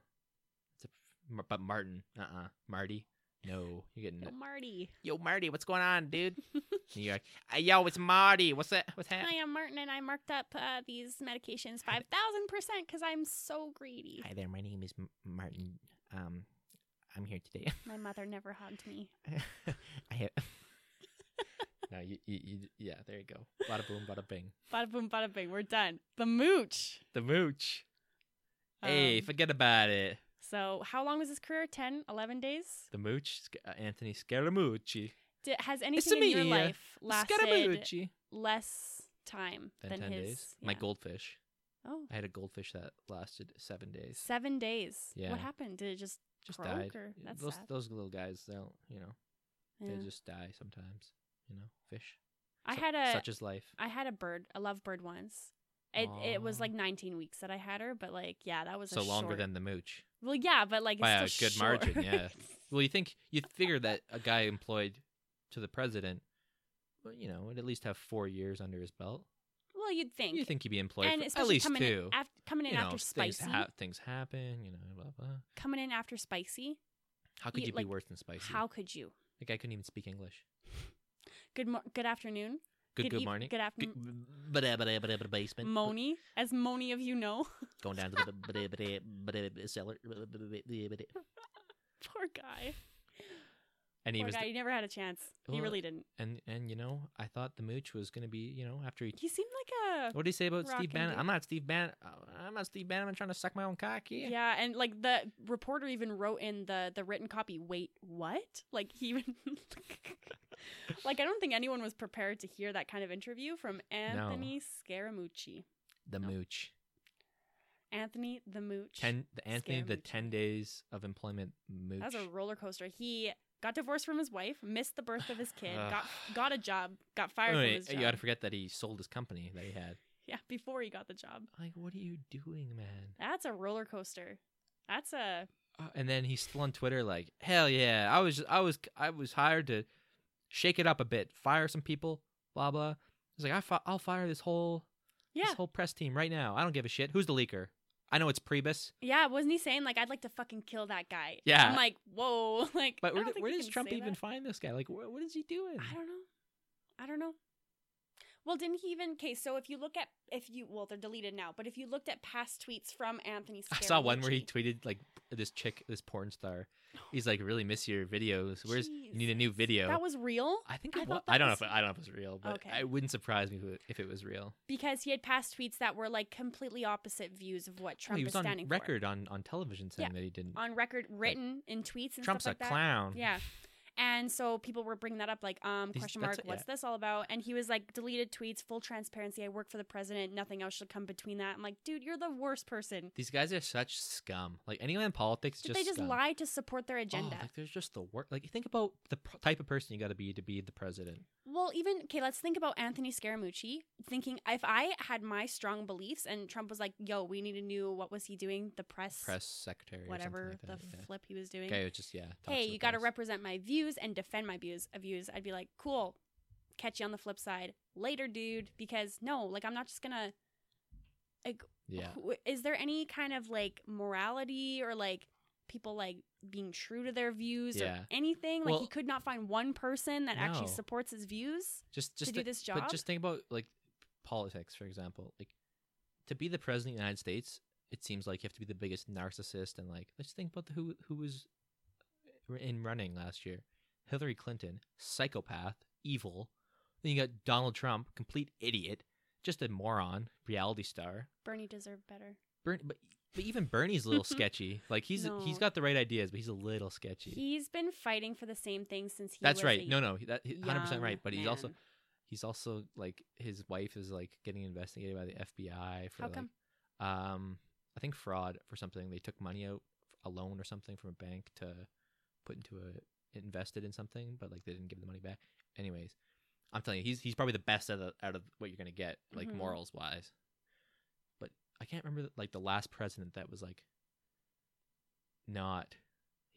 Speaker 2: It's a, Mar- but Martin, uh, uh Marty. No, you're getting
Speaker 1: No, Oh, Marty.
Speaker 2: yo Marty. What's going on, dude? And you're like, "Hey, yo, it's Marty. What's that? What's happening?
Speaker 1: Hi, I'm Martin, and I marked up uh, these medications
Speaker 2: Hi
Speaker 1: five thousand percent because I'm so greedy.
Speaker 2: Hi there, my name is M- Martin. Um, I'm here today.
Speaker 1: My mother never hugged me.
Speaker 2: I have. no, you, you, you, yeah, there you go. Bada boom, bada bing.
Speaker 1: Bada boom, bada bing. We're done. The mooch.
Speaker 2: The mooch. hey,
Speaker 1: Um,
Speaker 2: forget about it.
Speaker 1: so how long was his career? 10, 11 days?
Speaker 2: The mooch, Sc- uh, Anthony Scaramucci.
Speaker 1: Did, has anything in your
Speaker 2: me, uh,
Speaker 1: life lasted
Speaker 2: Scaramucci.
Speaker 1: less time
Speaker 2: Then
Speaker 1: than
Speaker 2: 10
Speaker 1: his?
Speaker 2: days. My
Speaker 1: yeah.
Speaker 2: goldfish.
Speaker 1: Oh,
Speaker 2: I had a goldfish that lasted seven days.
Speaker 1: seven days.
Speaker 2: Yeah.
Speaker 1: What happened? Did it just?
Speaker 2: Just
Speaker 1: Croak
Speaker 2: died.
Speaker 1: or-
Speaker 2: Yeah,
Speaker 1: that's
Speaker 2: those,
Speaker 1: sad.
Speaker 2: those little guys, they don't, you know,
Speaker 1: Yeah.
Speaker 2: they just die sometimes. You know, fish.
Speaker 1: I
Speaker 2: Su-
Speaker 1: had a
Speaker 2: Such is life.
Speaker 1: I had a bird, a lovebird once. It it was
Speaker 2: Aw.
Speaker 1: like 19 weeks that I had her, but like yeah, that was
Speaker 2: So
Speaker 1: a
Speaker 2: longer
Speaker 1: short-
Speaker 2: than the mooch.
Speaker 1: well, yeah, but like it's
Speaker 2: By a
Speaker 1: still
Speaker 2: good margin,
Speaker 1: short.
Speaker 2: yeah. Well, you think you figure that a guy employed to the president, well, you know, would at least have four years under his belt.
Speaker 1: well, you'd think.
Speaker 2: You think he'd be employed
Speaker 1: and
Speaker 2: for
Speaker 1: especially
Speaker 2: at least
Speaker 1: coming
Speaker 2: two.
Speaker 1: in, af- coming in
Speaker 2: you know,
Speaker 1: after
Speaker 2: things,
Speaker 1: spicy,
Speaker 2: hap- things happen. You know, blah blah.
Speaker 1: coming in after spicy.
Speaker 2: How could
Speaker 1: You-
Speaker 2: you,
Speaker 1: like,
Speaker 2: be worse than spicy?
Speaker 1: How could you?
Speaker 2: the guy couldn't even speak English.
Speaker 1: Good mo- good afternoon.
Speaker 2: Good good,
Speaker 1: eve-
Speaker 2: morning.
Speaker 1: Good
Speaker 2: Good,
Speaker 1: afternoon.
Speaker 2: bada, bada, bada, bada, basement.
Speaker 1: Moni, as moni of you know.
Speaker 2: Going down to the bada, bada, bada, bada, cellar. bada, bada, bada, bada.
Speaker 1: Poor guy.
Speaker 2: And he
Speaker 1: Poor
Speaker 2: was,
Speaker 1: guy.
Speaker 2: the-
Speaker 1: he never had a chance. He
Speaker 2: Well,
Speaker 1: really didn't.
Speaker 2: and and you know, I thought the mooch was gonna be, you know, after he
Speaker 1: He seemed like a
Speaker 2: What do you say about
Speaker 1: Rockin'
Speaker 2: Steve Bannon?
Speaker 1: dude.
Speaker 2: I'm not Steve Bannon. uh, I'm not Steve Bannon. I'm trying to suck my own cock here.
Speaker 1: yeah. and like the reporter even wrote in the the written copy. Wait, what? Like he even like I don't think anyone was prepared to hear that kind of interview from Anthony Scaramucci,
Speaker 2: The
Speaker 1: No.
Speaker 2: mooch.
Speaker 1: Anthony the Mooch.
Speaker 2: Ten. The Anthony. The
Speaker 1: Scaramucci.
Speaker 2: ten days of employment mooch.
Speaker 1: That was a roller coaster. He got divorced from his wife, missed the birth of his kid,
Speaker 2: Ugh.
Speaker 1: got got a job, got fired
Speaker 2: Wait,
Speaker 1: from his job.
Speaker 2: you got to forget that he sold his company that he had.
Speaker 1: yeah, before he got the job.
Speaker 2: Like, what are you doing, man?
Speaker 1: That's a roller coaster. That's a
Speaker 2: Uh, and then he's still on Twitter, like, hell yeah, I was, I was, I was hired to shake it up a bit, fire some people, blah blah. He's like, I fi- I'll fire this whole,
Speaker 1: yeah,
Speaker 2: this whole press team right now. I don't give a shit. Who's the leaker? I know it's Priebus.
Speaker 1: yeah. Wasn't he saying like I'd like to fucking kill that guy?
Speaker 2: Yeah.
Speaker 1: I'm like, whoa, like.
Speaker 2: But
Speaker 1: I
Speaker 2: where,
Speaker 1: don't
Speaker 2: d-
Speaker 1: think
Speaker 2: where
Speaker 1: you
Speaker 2: does
Speaker 1: can
Speaker 2: Trump
Speaker 1: say
Speaker 2: even
Speaker 1: that.
Speaker 2: find this guy? Like, wh- what is he doing?
Speaker 1: I don't know. I don't know. Well, didn't he even? Okay, so if you look at if you well, they're deleted now. But if you looked at past tweets from Anthony,
Speaker 2: I saw one where he
Speaker 1: Scaramucci-
Speaker 2: tweeted like this chick, this porn star. He's like, really miss your videos. Where's you need a
Speaker 1: Jeez.
Speaker 2: new video?
Speaker 1: that was real
Speaker 2: I think
Speaker 1: I
Speaker 2: it was,
Speaker 1: thought that
Speaker 2: I don't
Speaker 1: was-
Speaker 2: know if it, I don't know if it's real, but
Speaker 1: Okay.
Speaker 2: it wouldn't surprise me if it, if it was real.
Speaker 1: because he had past tweets that were like completely opposite views of what
Speaker 2: Well,
Speaker 1: Trump
Speaker 2: he
Speaker 1: is
Speaker 2: was on
Speaker 1: standing for.
Speaker 2: record on, on television saying that he didn't.
Speaker 1: on record written in tweets and
Speaker 2: Trump's
Speaker 1: stuff like
Speaker 2: a
Speaker 1: that.
Speaker 2: clown.
Speaker 1: Yeah. And so people were bringing that up, like, um,
Speaker 2: These-
Speaker 1: question mark,
Speaker 2: that's it,
Speaker 1: what's this all about? And he was like, deleted tweets, full transparency. I work for the president. Nothing else should come between that. I'm like, dude, you're the worst person.
Speaker 2: These guys are such scum. Like anyone in politics, is
Speaker 1: Did
Speaker 2: just
Speaker 1: they just
Speaker 2: scum.
Speaker 1: lie to support their
Speaker 2: Oh,
Speaker 1: agenda?
Speaker 2: like there's just the work. Like think about the pr- type of person you got to be to be the president.
Speaker 1: well, even okay, let's think about Anthony Scaramucci thinking if I had my strong beliefs and Trump was like, "Yo, we need a new what was he doing? The press,
Speaker 2: press secretary,
Speaker 1: whatever
Speaker 2: or something like
Speaker 1: the
Speaker 2: that, yeah.
Speaker 1: flip he was doing."
Speaker 2: Guy who just yeah. talks
Speaker 1: hey,
Speaker 2: to the
Speaker 1: you got to
Speaker 2: press.
Speaker 1: represent my views and defend my views. Of views, I'd be like, cool, catch you on the flip side later, dude. Because no, like I'm not just gonna.
Speaker 2: Yeah,
Speaker 1: wh- Is there any kind of like morality or like people like being true to their views
Speaker 2: Yeah.
Speaker 1: or anything? Like
Speaker 2: Well-
Speaker 1: he could not find one person that actually
Speaker 2: No.
Speaker 1: supports his views.
Speaker 2: just just
Speaker 1: do
Speaker 2: thi-
Speaker 1: this
Speaker 2: But
Speaker 1: job?
Speaker 2: just think about like politics, for example. Like to be the president of the United States, it seems like you have to be the biggest narcissist. And like, let's think about the, who who was in running last year: Hillary Clinton, psychopath, evil. Then you got Donald Trump, complete idiot, just a moron, reality star.
Speaker 1: Bernie deserved better.
Speaker 2: Bern- but but even Bernie's a little sketchy. Like he's he's
Speaker 1: No.
Speaker 2: got the right ideas, but he's a little sketchy.
Speaker 1: He's been fighting for the same thing since he.
Speaker 2: That's
Speaker 1: was
Speaker 2: right.
Speaker 1: a
Speaker 2: No, no, that hundred percent
Speaker 1: young
Speaker 2: right. But he's also
Speaker 1: man.
Speaker 2: he's also like his wife is like getting investigated by the FBI for
Speaker 1: How
Speaker 2: like
Speaker 1: come?
Speaker 2: um I think fraud for something. They took money out a loan or something from a bank to put into a invested in something, but like they didn't give the money back. Anyways, I'm telling you, he's he's probably the best out of out of what you're gonna get, like
Speaker 1: Mhm.
Speaker 2: morals wise. But I can't remember like the last president that was like not,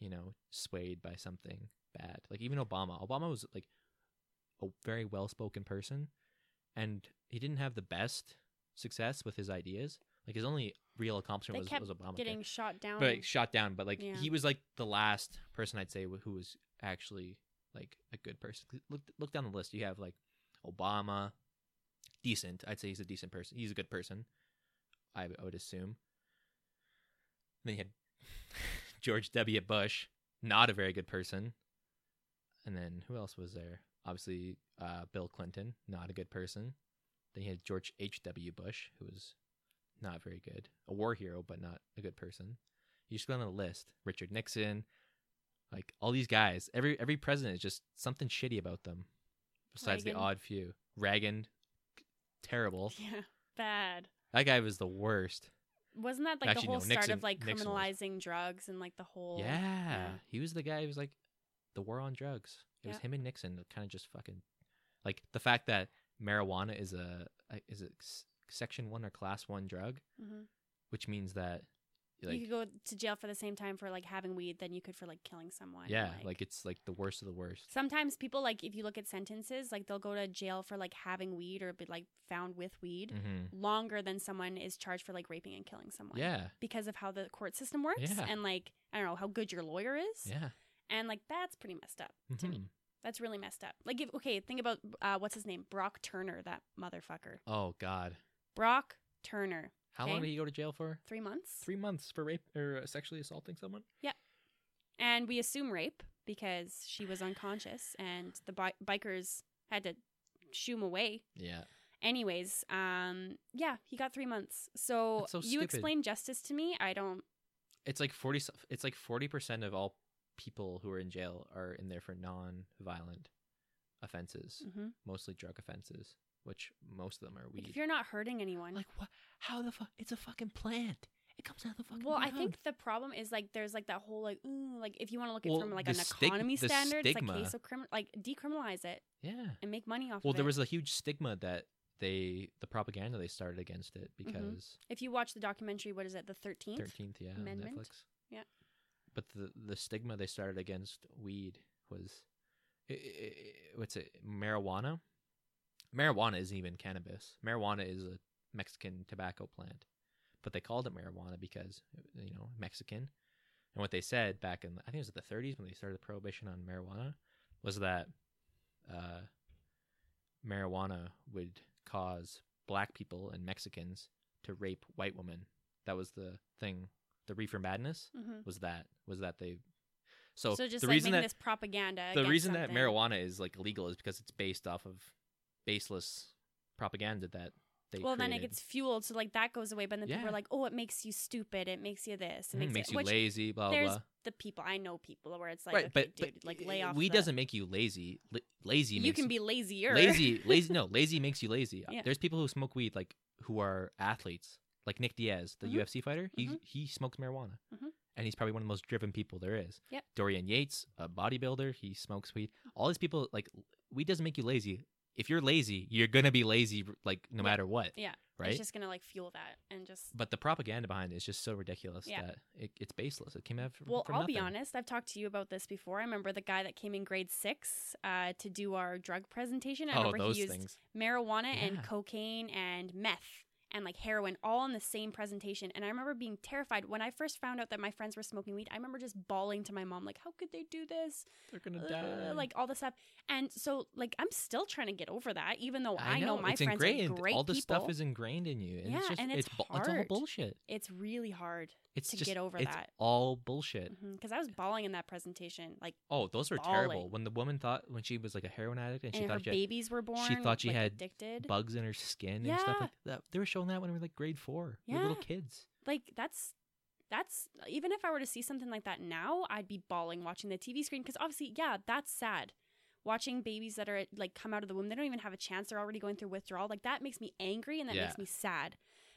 Speaker 2: you know, swayed by something bad. Like even Obama. Obama was like a very well spoken person and he didn't have the best success with his ideas. Like his only real
Speaker 1: They
Speaker 2: accomplishment
Speaker 1: kept
Speaker 2: was, was Obama.
Speaker 1: getting shot down.
Speaker 2: but like, shot down. But like
Speaker 1: Yeah.
Speaker 2: he was like the last person I'd say wh- who was actually like a good person. 'Cause Look look down the list. You have like Obama, decent. I'd say he's a decent person. He's a good person. I, w- I would assume. then you had George W. Bush, not a very good person. And then who else was there? Obviously, uh, Bill Clinton, not a good person. Then you had George H.W. Bush, who was not very good, a war hero, but not a good person. You just go on the list. Richard Nixon, like all these guys. Every every president is just something shitty about them, besides the
Speaker 1: Reagan.
Speaker 2: odd few. Reagan, terrible.
Speaker 1: yeah, bad.
Speaker 2: That guy was the worst.
Speaker 1: Wasn't that like
Speaker 2: Actually,
Speaker 1: the
Speaker 2: no,
Speaker 1: whole start
Speaker 2: Nixon-
Speaker 1: of like
Speaker 2: Nixon was.
Speaker 1: criminalizing drugs and like the whole
Speaker 2: yeah. He was the guy who was like the war on drugs. It was
Speaker 1: Yeah.
Speaker 2: him and Nixon that kind of just fucking like the fact that marijuana is a a- is a s- section 1 or class 1 drug,
Speaker 1: Mhm.
Speaker 2: which means that like
Speaker 1: you could go to jail for the same time for like having weed than you could for like killing someone.
Speaker 2: yeah, like, it's like the worst of the worst.
Speaker 1: sometimes people like if you look at sentences, like they'll go to jail for like having weed or be like found with weed
Speaker 2: Mhm.
Speaker 1: longer than someone is charged for like raping and killing someone.
Speaker 2: Yeah.
Speaker 1: Because of how the court system works
Speaker 2: Yeah.
Speaker 1: and like I don't know how good your lawyer is.
Speaker 2: Yeah.
Speaker 1: And like that's pretty messed up to me.
Speaker 2: Mhm.
Speaker 1: That's really messed up. Like if okay, think about uh, what's his name? Brock Turner, that motherfucker.
Speaker 2: Oh god.
Speaker 1: Brock Turner.
Speaker 2: How long
Speaker 1: Okay.
Speaker 2: did he go to jail for?
Speaker 1: Three months.
Speaker 2: 3 months for rape or uh, sexually assaulting someone?
Speaker 1: and we assume rape because she was unconscious and the bi- bikers had to shoo him away
Speaker 2: Yeah.
Speaker 1: anyways um yeah he got three months so,
Speaker 2: That's so
Speaker 1: you
Speaker 2: stupid.
Speaker 1: explain justice to me i don't
Speaker 2: It's like 40 so- it's like 40% of all people who are in jail are in there for non-violent offenses.
Speaker 1: mhm.
Speaker 2: mostly drug offenses, which most of them are
Speaker 1: like, if
Speaker 2: weed.
Speaker 1: you're not hurting anyone
Speaker 2: like what? How the fuck? It's a fucking plant. It comes out of the fucking.
Speaker 1: well i
Speaker 2: ground.
Speaker 1: think the problem is like there's like that whole like ooh, like if you want to look at it
Speaker 2: Well,
Speaker 1: from like
Speaker 2: the
Speaker 1: an
Speaker 2: stig-
Speaker 1: economy
Speaker 2: the
Speaker 1: standard it's like
Speaker 2: stigma.
Speaker 1: okay so crim- like decriminalize it
Speaker 2: yeah.
Speaker 1: and make money off
Speaker 2: Well,
Speaker 1: of
Speaker 2: there
Speaker 1: it
Speaker 2: was a huge stigma that they the propaganda they started against it
Speaker 1: Mm-hmm.
Speaker 2: because
Speaker 1: if you watch the documentary what is it the 13th
Speaker 2: 13th, yeah, on
Speaker 1: Amendment?
Speaker 2: Netflix.
Speaker 1: Yeah.
Speaker 2: But the the stigma they started against weed was i i i- what's it? Marijuana. Marijuana isn't even cannabis. Marijuana is a Mexican tobacco plant, but they called it marijuana because you know Mexican. And what they said back in I think it was the 30s when they started the prohibition on marijuana was that uh, marijuana would cause black people and Mexicans to rape white women. That was the thing. The reefer madness
Speaker 1: hmm
Speaker 2: was that was that they. So,
Speaker 1: So, just
Speaker 2: the
Speaker 1: like
Speaker 2: reason
Speaker 1: making
Speaker 2: that
Speaker 1: this propaganda.
Speaker 2: the
Speaker 1: against
Speaker 2: reason that
Speaker 1: something.
Speaker 2: marijuana is like illegal is because it's based off of baseless propaganda that they
Speaker 1: Well, then it
Speaker 2: created.
Speaker 1: gets fueled, so like that goes away. But then people
Speaker 2: Yeah.
Speaker 1: are like, "Oh, it makes you stupid. It makes you this. It
Speaker 2: Mm,
Speaker 1: makes,
Speaker 2: makes
Speaker 1: it,
Speaker 2: you
Speaker 1: which
Speaker 2: lazy, blah blah.
Speaker 1: There's
Speaker 2: blah.
Speaker 1: the people I know people where it's like,
Speaker 2: right,
Speaker 1: okay,
Speaker 2: but, but
Speaker 1: dude, like lay off.
Speaker 2: Weed
Speaker 1: the-
Speaker 2: doesn't make you lazy. La- lazy.
Speaker 1: You,
Speaker 2: makes
Speaker 1: can be lazier.
Speaker 2: lazy. Lazy. No, lazy makes you lazy.
Speaker 1: Yeah.
Speaker 2: There's people who smoke weed like who are athletes, like Nick Diaz, the
Speaker 1: Mhm.
Speaker 2: UFC fighter. He
Speaker 1: Mhm.
Speaker 2: he smokes marijuana,
Speaker 1: Mhm.
Speaker 2: and he's probably one of the most driven people there is.
Speaker 1: Yep.
Speaker 2: Dorian Yates, a bodybuilder, he smokes weed. All these people like weed doesn't make you lazy. If you're lazy, you're gonna be lazy like no
Speaker 1: Yeah.
Speaker 2: matter what.
Speaker 1: Yeah.
Speaker 2: Right.
Speaker 1: It's just gonna like fuel that and just.
Speaker 2: but the propaganda behind it is just so ridiculous
Speaker 1: Yeah.
Speaker 2: that it, it's baseless. It came out from,
Speaker 1: Well,
Speaker 2: from
Speaker 1: I'll
Speaker 2: nothing.
Speaker 1: be honest. I've talked to you about this before. I remember the guy that came in grade six uh, to do our drug presentation. I
Speaker 2: Oh,
Speaker 1: remember
Speaker 2: those
Speaker 1: he used
Speaker 2: things.
Speaker 1: marijuana
Speaker 2: Yeah.
Speaker 1: and cocaine and meth and like heroin all in the same presentation. And I remember being terrified when I first found out that my friends were smoking weed. I remember just bawling to my mom, like, how could they do this?
Speaker 2: They're gonna
Speaker 1: Ugh,
Speaker 2: die.
Speaker 1: uh, like all this stuff. And so, like, I'm still trying to get over that, even though Oh, I, know, my
Speaker 2: it's
Speaker 1: friends
Speaker 2: ingrained.
Speaker 1: are great
Speaker 2: All this
Speaker 1: people.
Speaker 2: stuff is ingrained in you. And it's
Speaker 1: Yeah,
Speaker 2: just
Speaker 1: and
Speaker 2: it's
Speaker 1: it's
Speaker 2: bu- it's all
Speaker 1: hard.
Speaker 2: bullshit.
Speaker 1: it's really hard
Speaker 2: It's
Speaker 1: to
Speaker 2: just,
Speaker 1: get over
Speaker 2: it's
Speaker 1: that.
Speaker 2: All bullshit.
Speaker 1: because I was bawling in that presentation, like,
Speaker 2: Oh, those were terrible.
Speaker 1: Bawling.
Speaker 2: When the woman thought when she was like a heroin addict and she
Speaker 1: and her
Speaker 2: thought she
Speaker 1: babies were born.
Speaker 2: thought she
Speaker 1: like,
Speaker 2: had
Speaker 1: addicted.
Speaker 2: had bugs in her skin and stuff
Speaker 1: Yeah.
Speaker 2: like that. They were showing that when we were like grade four. We were little
Speaker 1: Yeah.
Speaker 2: kids.
Speaker 1: like that's that's even if I were to see something like that now, I'd be bawling watching the TV screen because obviously, yeah, that's sad. Watching babies that are like come out of the womb, they don't even have a chance. They're already going through withdrawal. Like that makes me angry and that
Speaker 2: Yeah.
Speaker 1: makes me sad.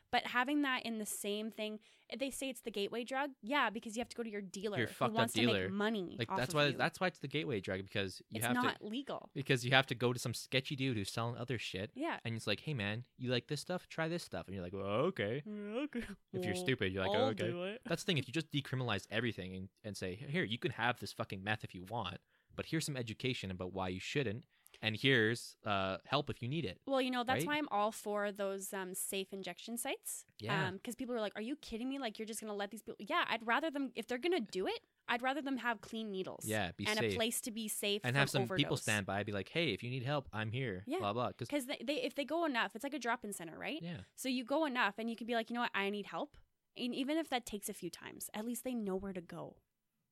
Speaker 1: But having that in the same thing, eh, they say it's the gateway drug. Yeah, because you have to go to your dealer
Speaker 2: fucked
Speaker 1: who
Speaker 2: up
Speaker 1: wants to
Speaker 2: dealer.
Speaker 1: make money.
Speaker 2: Like
Speaker 1: off
Speaker 2: that's
Speaker 1: of
Speaker 2: why
Speaker 1: you.
Speaker 2: that's why it's the gateway drug because you
Speaker 1: it's
Speaker 2: have
Speaker 1: not
Speaker 2: to
Speaker 1: legal.
Speaker 2: because you have to go to some sketchy dude who's selling other shit
Speaker 1: Yeah.
Speaker 2: and it's like, hey man, you like this stuff? Try this stuff. And you're like, well, okay.
Speaker 1: If
Speaker 2: If you're stupid, you're like,
Speaker 1: I'll
Speaker 2: oh, okay.
Speaker 1: do it.
Speaker 2: That's the thing. If you just decriminalize everything and, and say, here, you can have this fucking meth if you want, but here's some education about why you shouldn't, and here's uh, help if you need it.
Speaker 1: Well, you know, that's
Speaker 2: Right?
Speaker 1: why I'm all for those um, safe injection sites.
Speaker 2: Yeah.
Speaker 1: Because um, people are like, are you kidding me? Like, you're just going to let these people. Yeah, I'd rather them, if they're going to do it, I'd rather them have clean needles.
Speaker 2: Yeah, be
Speaker 1: and
Speaker 2: safe.
Speaker 1: a place to be safe
Speaker 2: and
Speaker 1: from
Speaker 2: have some
Speaker 1: overdose.
Speaker 2: people stand by be like, hey, if you need help, I'm here.
Speaker 1: Yeah.
Speaker 2: Blah, blah. Because,
Speaker 1: Because they, they, if they go enough, it's like a drop in center, right?
Speaker 2: yeah.
Speaker 1: So you go enough and you can be like, you know what? I need help. And even if that takes a few times, at least they know where to go.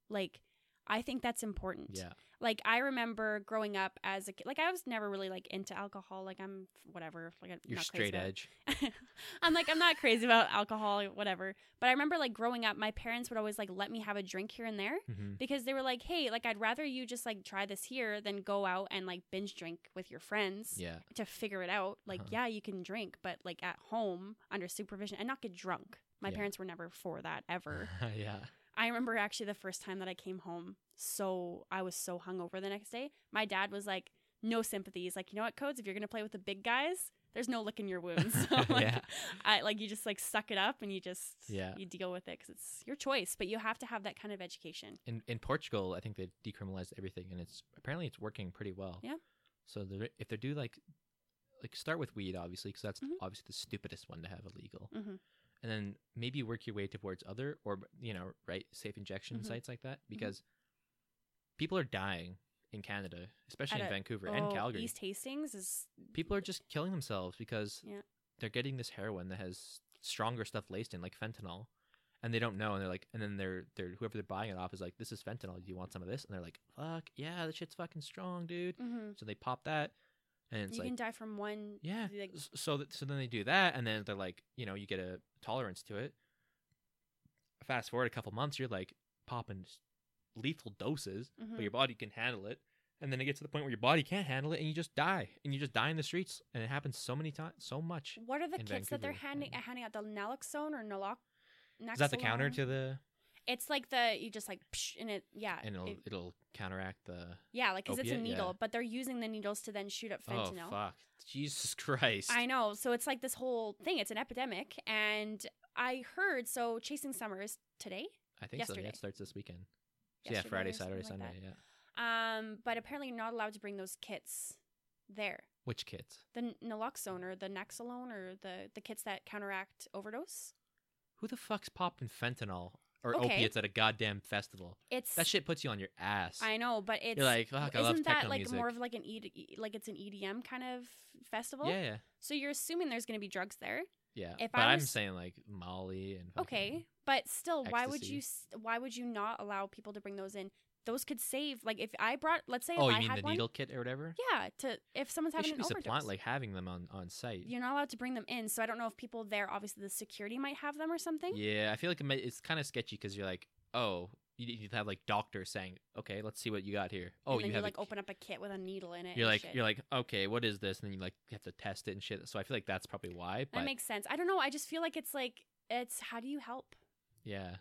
Speaker 1: Like, I think that's important.
Speaker 2: Yeah.
Speaker 1: Like I remember growing up as a kid, like I was never really like into alcohol. Like I'm whatever. Like I'm
Speaker 2: You're
Speaker 1: not crazy
Speaker 2: straight
Speaker 1: about it.
Speaker 2: edge.
Speaker 1: I'm like, I'm not crazy about alcohol, whatever. But I remember like growing up, my parents would always like let me have a drink here and there
Speaker 2: hmm
Speaker 1: because they were like, hey, like I'd rather you just like try this here than go out and like binge drink with your friends
Speaker 2: Yeah.
Speaker 1: to figure it out. Like,
Speaker 2: Uh-huh.
Speaker 1: yeah, you can drink, but like at home under supervision and not get drunk. My
Speaker 2: Yeah.
Speaker 1: parents were never for that ever.
Speaker 2: yeah.
Speaker 1: I remember actually the first time that I came home, so I was so hungover the next day. My dad was like, "No sympathies. Like, you know what, codes? If you're gonna play with the big guys, there's no licking your wounds. So, like,
Speaker 2: Yeah.
Speaker 1: I like you just like suck it up and you just
Speaker 2: Yeah.
Speaker 1: you deal with it because it's your choice. But you have to have that kind of education.
Speaker 2: In, in Portugal, I think they decriminalized everything, and it's apparently it's working pretty well.
Speaker 1: Yeah.
Speaker 2: So they're- if they do like, like start with weed, obviously, because that's
Speaker 1: Mhm.
Speaker 2: obviously the stupidest one to have illegal.
Speaker 1: hmm
Speaker 2: and then maybe work your way towards other or you know right safe injection
Speaker 1: Mhm.
Speaker 2: sites like that because people are dying in Canada, especially in
Speaker 1: a-
Speaker 2: Vancouver and Calgary.
Speaker 1: Oh, East Hastings is
Speaker 2: People are just killing themselves because
Speaker 1: Yeah.
Speaker 2: they're getting this heroin that has stronger stuff laced in, like fentanyl, and they don't know. And they're like, and then they're they're whoever they're buying it off is like, "This is fentanyl. Do you want some of this?" And they're like, "Fuck yeah, this shit's fucking strong, dude."
Speaker 1: mhm.
Speaker 2: So they pop that, and it's
Speaker 1: you
Speaker 2: like
Speaker 1: can die from one.
Speaker 2: yeah.
Speaker 1: like-
Speaker 2: S- So th- so then they do that, and then they're like, you know, you get a tolerance to it. Fast forward a couple months, you're like popping s- lethal doses,
Speaker 1: mhm.
Speaker 2: but your body can handle it, and then it gets to the point where your body can't handle it, and you just die, and you just die in the streets, and it happens so many times, so much.
Speaker 1: What are the
Speaker 2: in
Speaker 1: kits that they're
Speaker 2: Vancouver,
Speaker 1: handing
Speaker 2: um,
Speaker 1: handing out? The naloxone or nalox?
Speaker 2: Is that the counter
Speaker 1: Naxalone?
Speaker 2: to the,
Speaker 1: It's like the you just like psh, and it yeah
Speaker 2: and it'll
Speaker 1: it-
Speaker 2: it'll counteract the.
Speaker 1: yeah like because it's a
Speaker 2: opiate, Oh, yeah.
Speaker 1: needle, but they're using the needles to then shoot up fentanyl.
Speaker 2: Oh fuck! Jesus Christ!
Speaker 1: I know, so it's like this whole thing. It's an epidemic, and I heard so chasing summers today.
Speaker 2: I think so. Yeah,
Speaker 1: yesterday.
Speaker 2: it starts this weekend. So yeah,
Speaker 1: yesterday
Speaker 2: Friday,
Speaker 1: or something
Speaker 2: Saturday,
Speaker 1: like
Speaker 2: Sunday.
Speaker 1: that.
Speaker 2: Yeah.
Speaker 1: Um, but apparently you're not allowed to bring those kits there.
Speaker 2: Which kids?
Speaker 1: The n- naloxone or the naxalone or the the kits that counteract overdose.
Speaker 2: Who the fuck's popping fentanyl or
Speaker 1: Okay.
Speaker 2: opiates at a goddamn festival.
Speaker 1: It's
Speaker 2: That shit puts you on your ass.
Speaker 1: I know, but it's
Speaker 2: You're like, fuck, I love
Speaker 1: isn't that
Speaker 2: techno
Speaker 1: like
Speaker 2: music.
Speaker 1: more of like an ED, like it's an EDM kind of festival?
Speaker 2: yeah, yeah,
Speaker 1: So you're assuming there's going to be drugs there.
Speaker 2: yeah.
Speaker 1: If
Speaker 2: but
Speaker 1: I
Speaker 2: I'm
Speaker 1: was-
Speaker 2: saying like Molly and fucking-
Speaker 1: Okay, but still, why would
Speaker 2: ecstasy.
Speaker 1: you? s- Why would you not allow people to bring those in? Those could save. Like if I brought, let's say,
Speaker 2: Oh,
Speaker 1: if
Speaker 2: you
Speaker 1: I
Speaker 2: mean
Speaker 1: had
Speaker 2: the
Speaker 1: one,
Speaker 2: needle kit or whatever?
Speaker 1: yeah, to if someone's
Speaker 2: they
Speaker 1: having
Speaker 2: should
Speaker 1: an
Speaker 2: be
Speaker 1: overdose,
Speaker 2: supplying like having them on on site.
Speaker 1: you're not allowed to bring them in. So I don't know if people there, obviously, the security might have them or something.
Speaker 2: Yeah, I feel like it might- it's kind of sketchy because you're like, oh, you need to have like doctors saying, okay, let's see what you got here. Oh,
Speaker 1: and then
Speaker 2: you
Speaker 1: you,
Speaker 2: have
Speaker 1: like
Speaker 2: a,
Speaker 1: open up a kit with a needle in it.
Speaker 2: You're
Speaker 1: and
Speaker 2: like
Speaker 1: shit.
Speaker 2: you're like okay, what is this? And then you like have to test it and shit. So I feel like that's probably why. But
Speaker 1: that makes sense. I don't know. I just feel like it's like it's how do you help?
Speaker 2: yeah,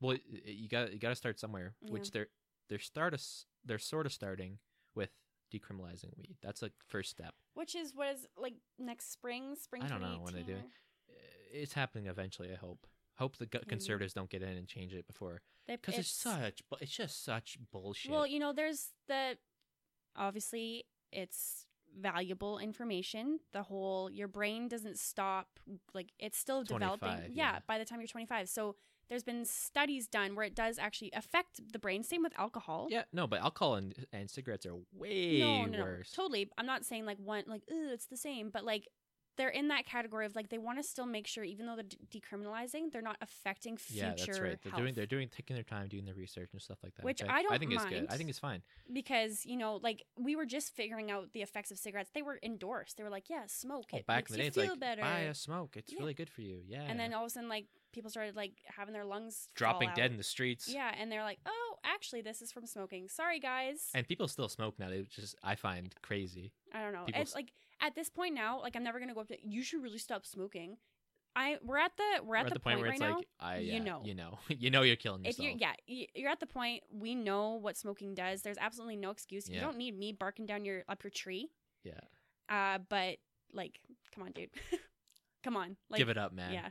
Speaker 2: well, y- y- you got you got to start somewhere,
Speaker 1: Yeah.
Speaker 2: which they're they're start us they're sort of starting with decriminalizing weed. That's like first step.
Speaker 1: Which is what is like next spring, spring.
Speaker 2: I don't know when they
Speaker 1: 2018
Speaker 2: do it.
Speaker 1: or-
Speaker 2: Uh, It's happening eventually. I hope. Hope the gu-
Speaker 1: Maybe.
Speaker 2: conservatives don't get in and change it before
Speaker 1: They,
Speaker 2: because it's, such bu- it's just such bullshit.
Speaker 1: Well, you know, there's the obviously it's valuable information. The whole your brain doesn't stop like it's still developing.
Speaker 2: 25,
Speaker 1: Yeah,
Speaker 2: yeah.
Speaker 1: by the time you're 25. So there's been studies done where it does actually affect the brain. Same with alcohol.
Speaker 2: Yeah, no, but alcohol and, and cigarettes are way
Speaker 1: No, no, no,
Speaker 2: worse.
Speaker 1: totally. I'm not saying like one like ooh, it's the same, but like they're in that category of like they want to still make sure, even though they're de- decriminalizing, they're not affecting future
Speaker 2: yeah, that's right. They're
Speaker 1: health.
Speaker 2: doing they're doing taking their time doing the research and stuff like that.
Speaker 1: Which
Speaker 2: I,
Speaker 1: I don't
Speaker 2: think is good. I
Speaker 1: mind.
Speaker 2: think it's fine.
Speaker 1: because you know like we were just figuring out the effects of cigarettes they were endorsed they were like yeah smoke
Speaker 2: Well,
Speaker 1: it makes
Speaker 2: back in the day,
Speaker 1: you
Speaker 2: it's
Speaker 1: feel
Speaker 2: like
Speaker 1: better
Speaker 2: buy a smoke. It's
Speaker 1: Yeah.
Speaker 2: really good for you. Yeah,
Speaker 1: and then all of a sudden like people started like having their lungs fall
Speaker 2: dropping dead
Speaker 1: out.
Speaker 2: in the streets.
Speaker 1: yeah and they're like oh actually this is from smoking sorry guys
Speaker 2: and people still smoke now. They just I find crazy.
Speaker 1: i don't know
Speaker 2: people
Speaker 1: it's
Speaker 2: s-
Speaker 1: like at this point now like i'm never gonna go up to you should really stop smoking i we're at the we're at, the, point,
Speaker 2: where
Speaker 1: right
Speaker 2: it's
Speaker 1: now
Speaker 2: like I
Speaker 1: you
Speaker 2: yeah,
Speaker 1: know.
Speaker 2: you know you know you're killing
Speaker 1: if
Speaker 2: yourself.
Speaker 1: you're yeah y- you're at the point we know what smoking does there's absolutely no excuse you
Speaker 2: Yeah.
Speaker 1: don't need me barking down your up your tree
Speaker 2: yeah.
Speaker 1: Uh, but like, come on, dude, come on, like,
Speaker 2: give it up, man.
Speaker 1: Yeah,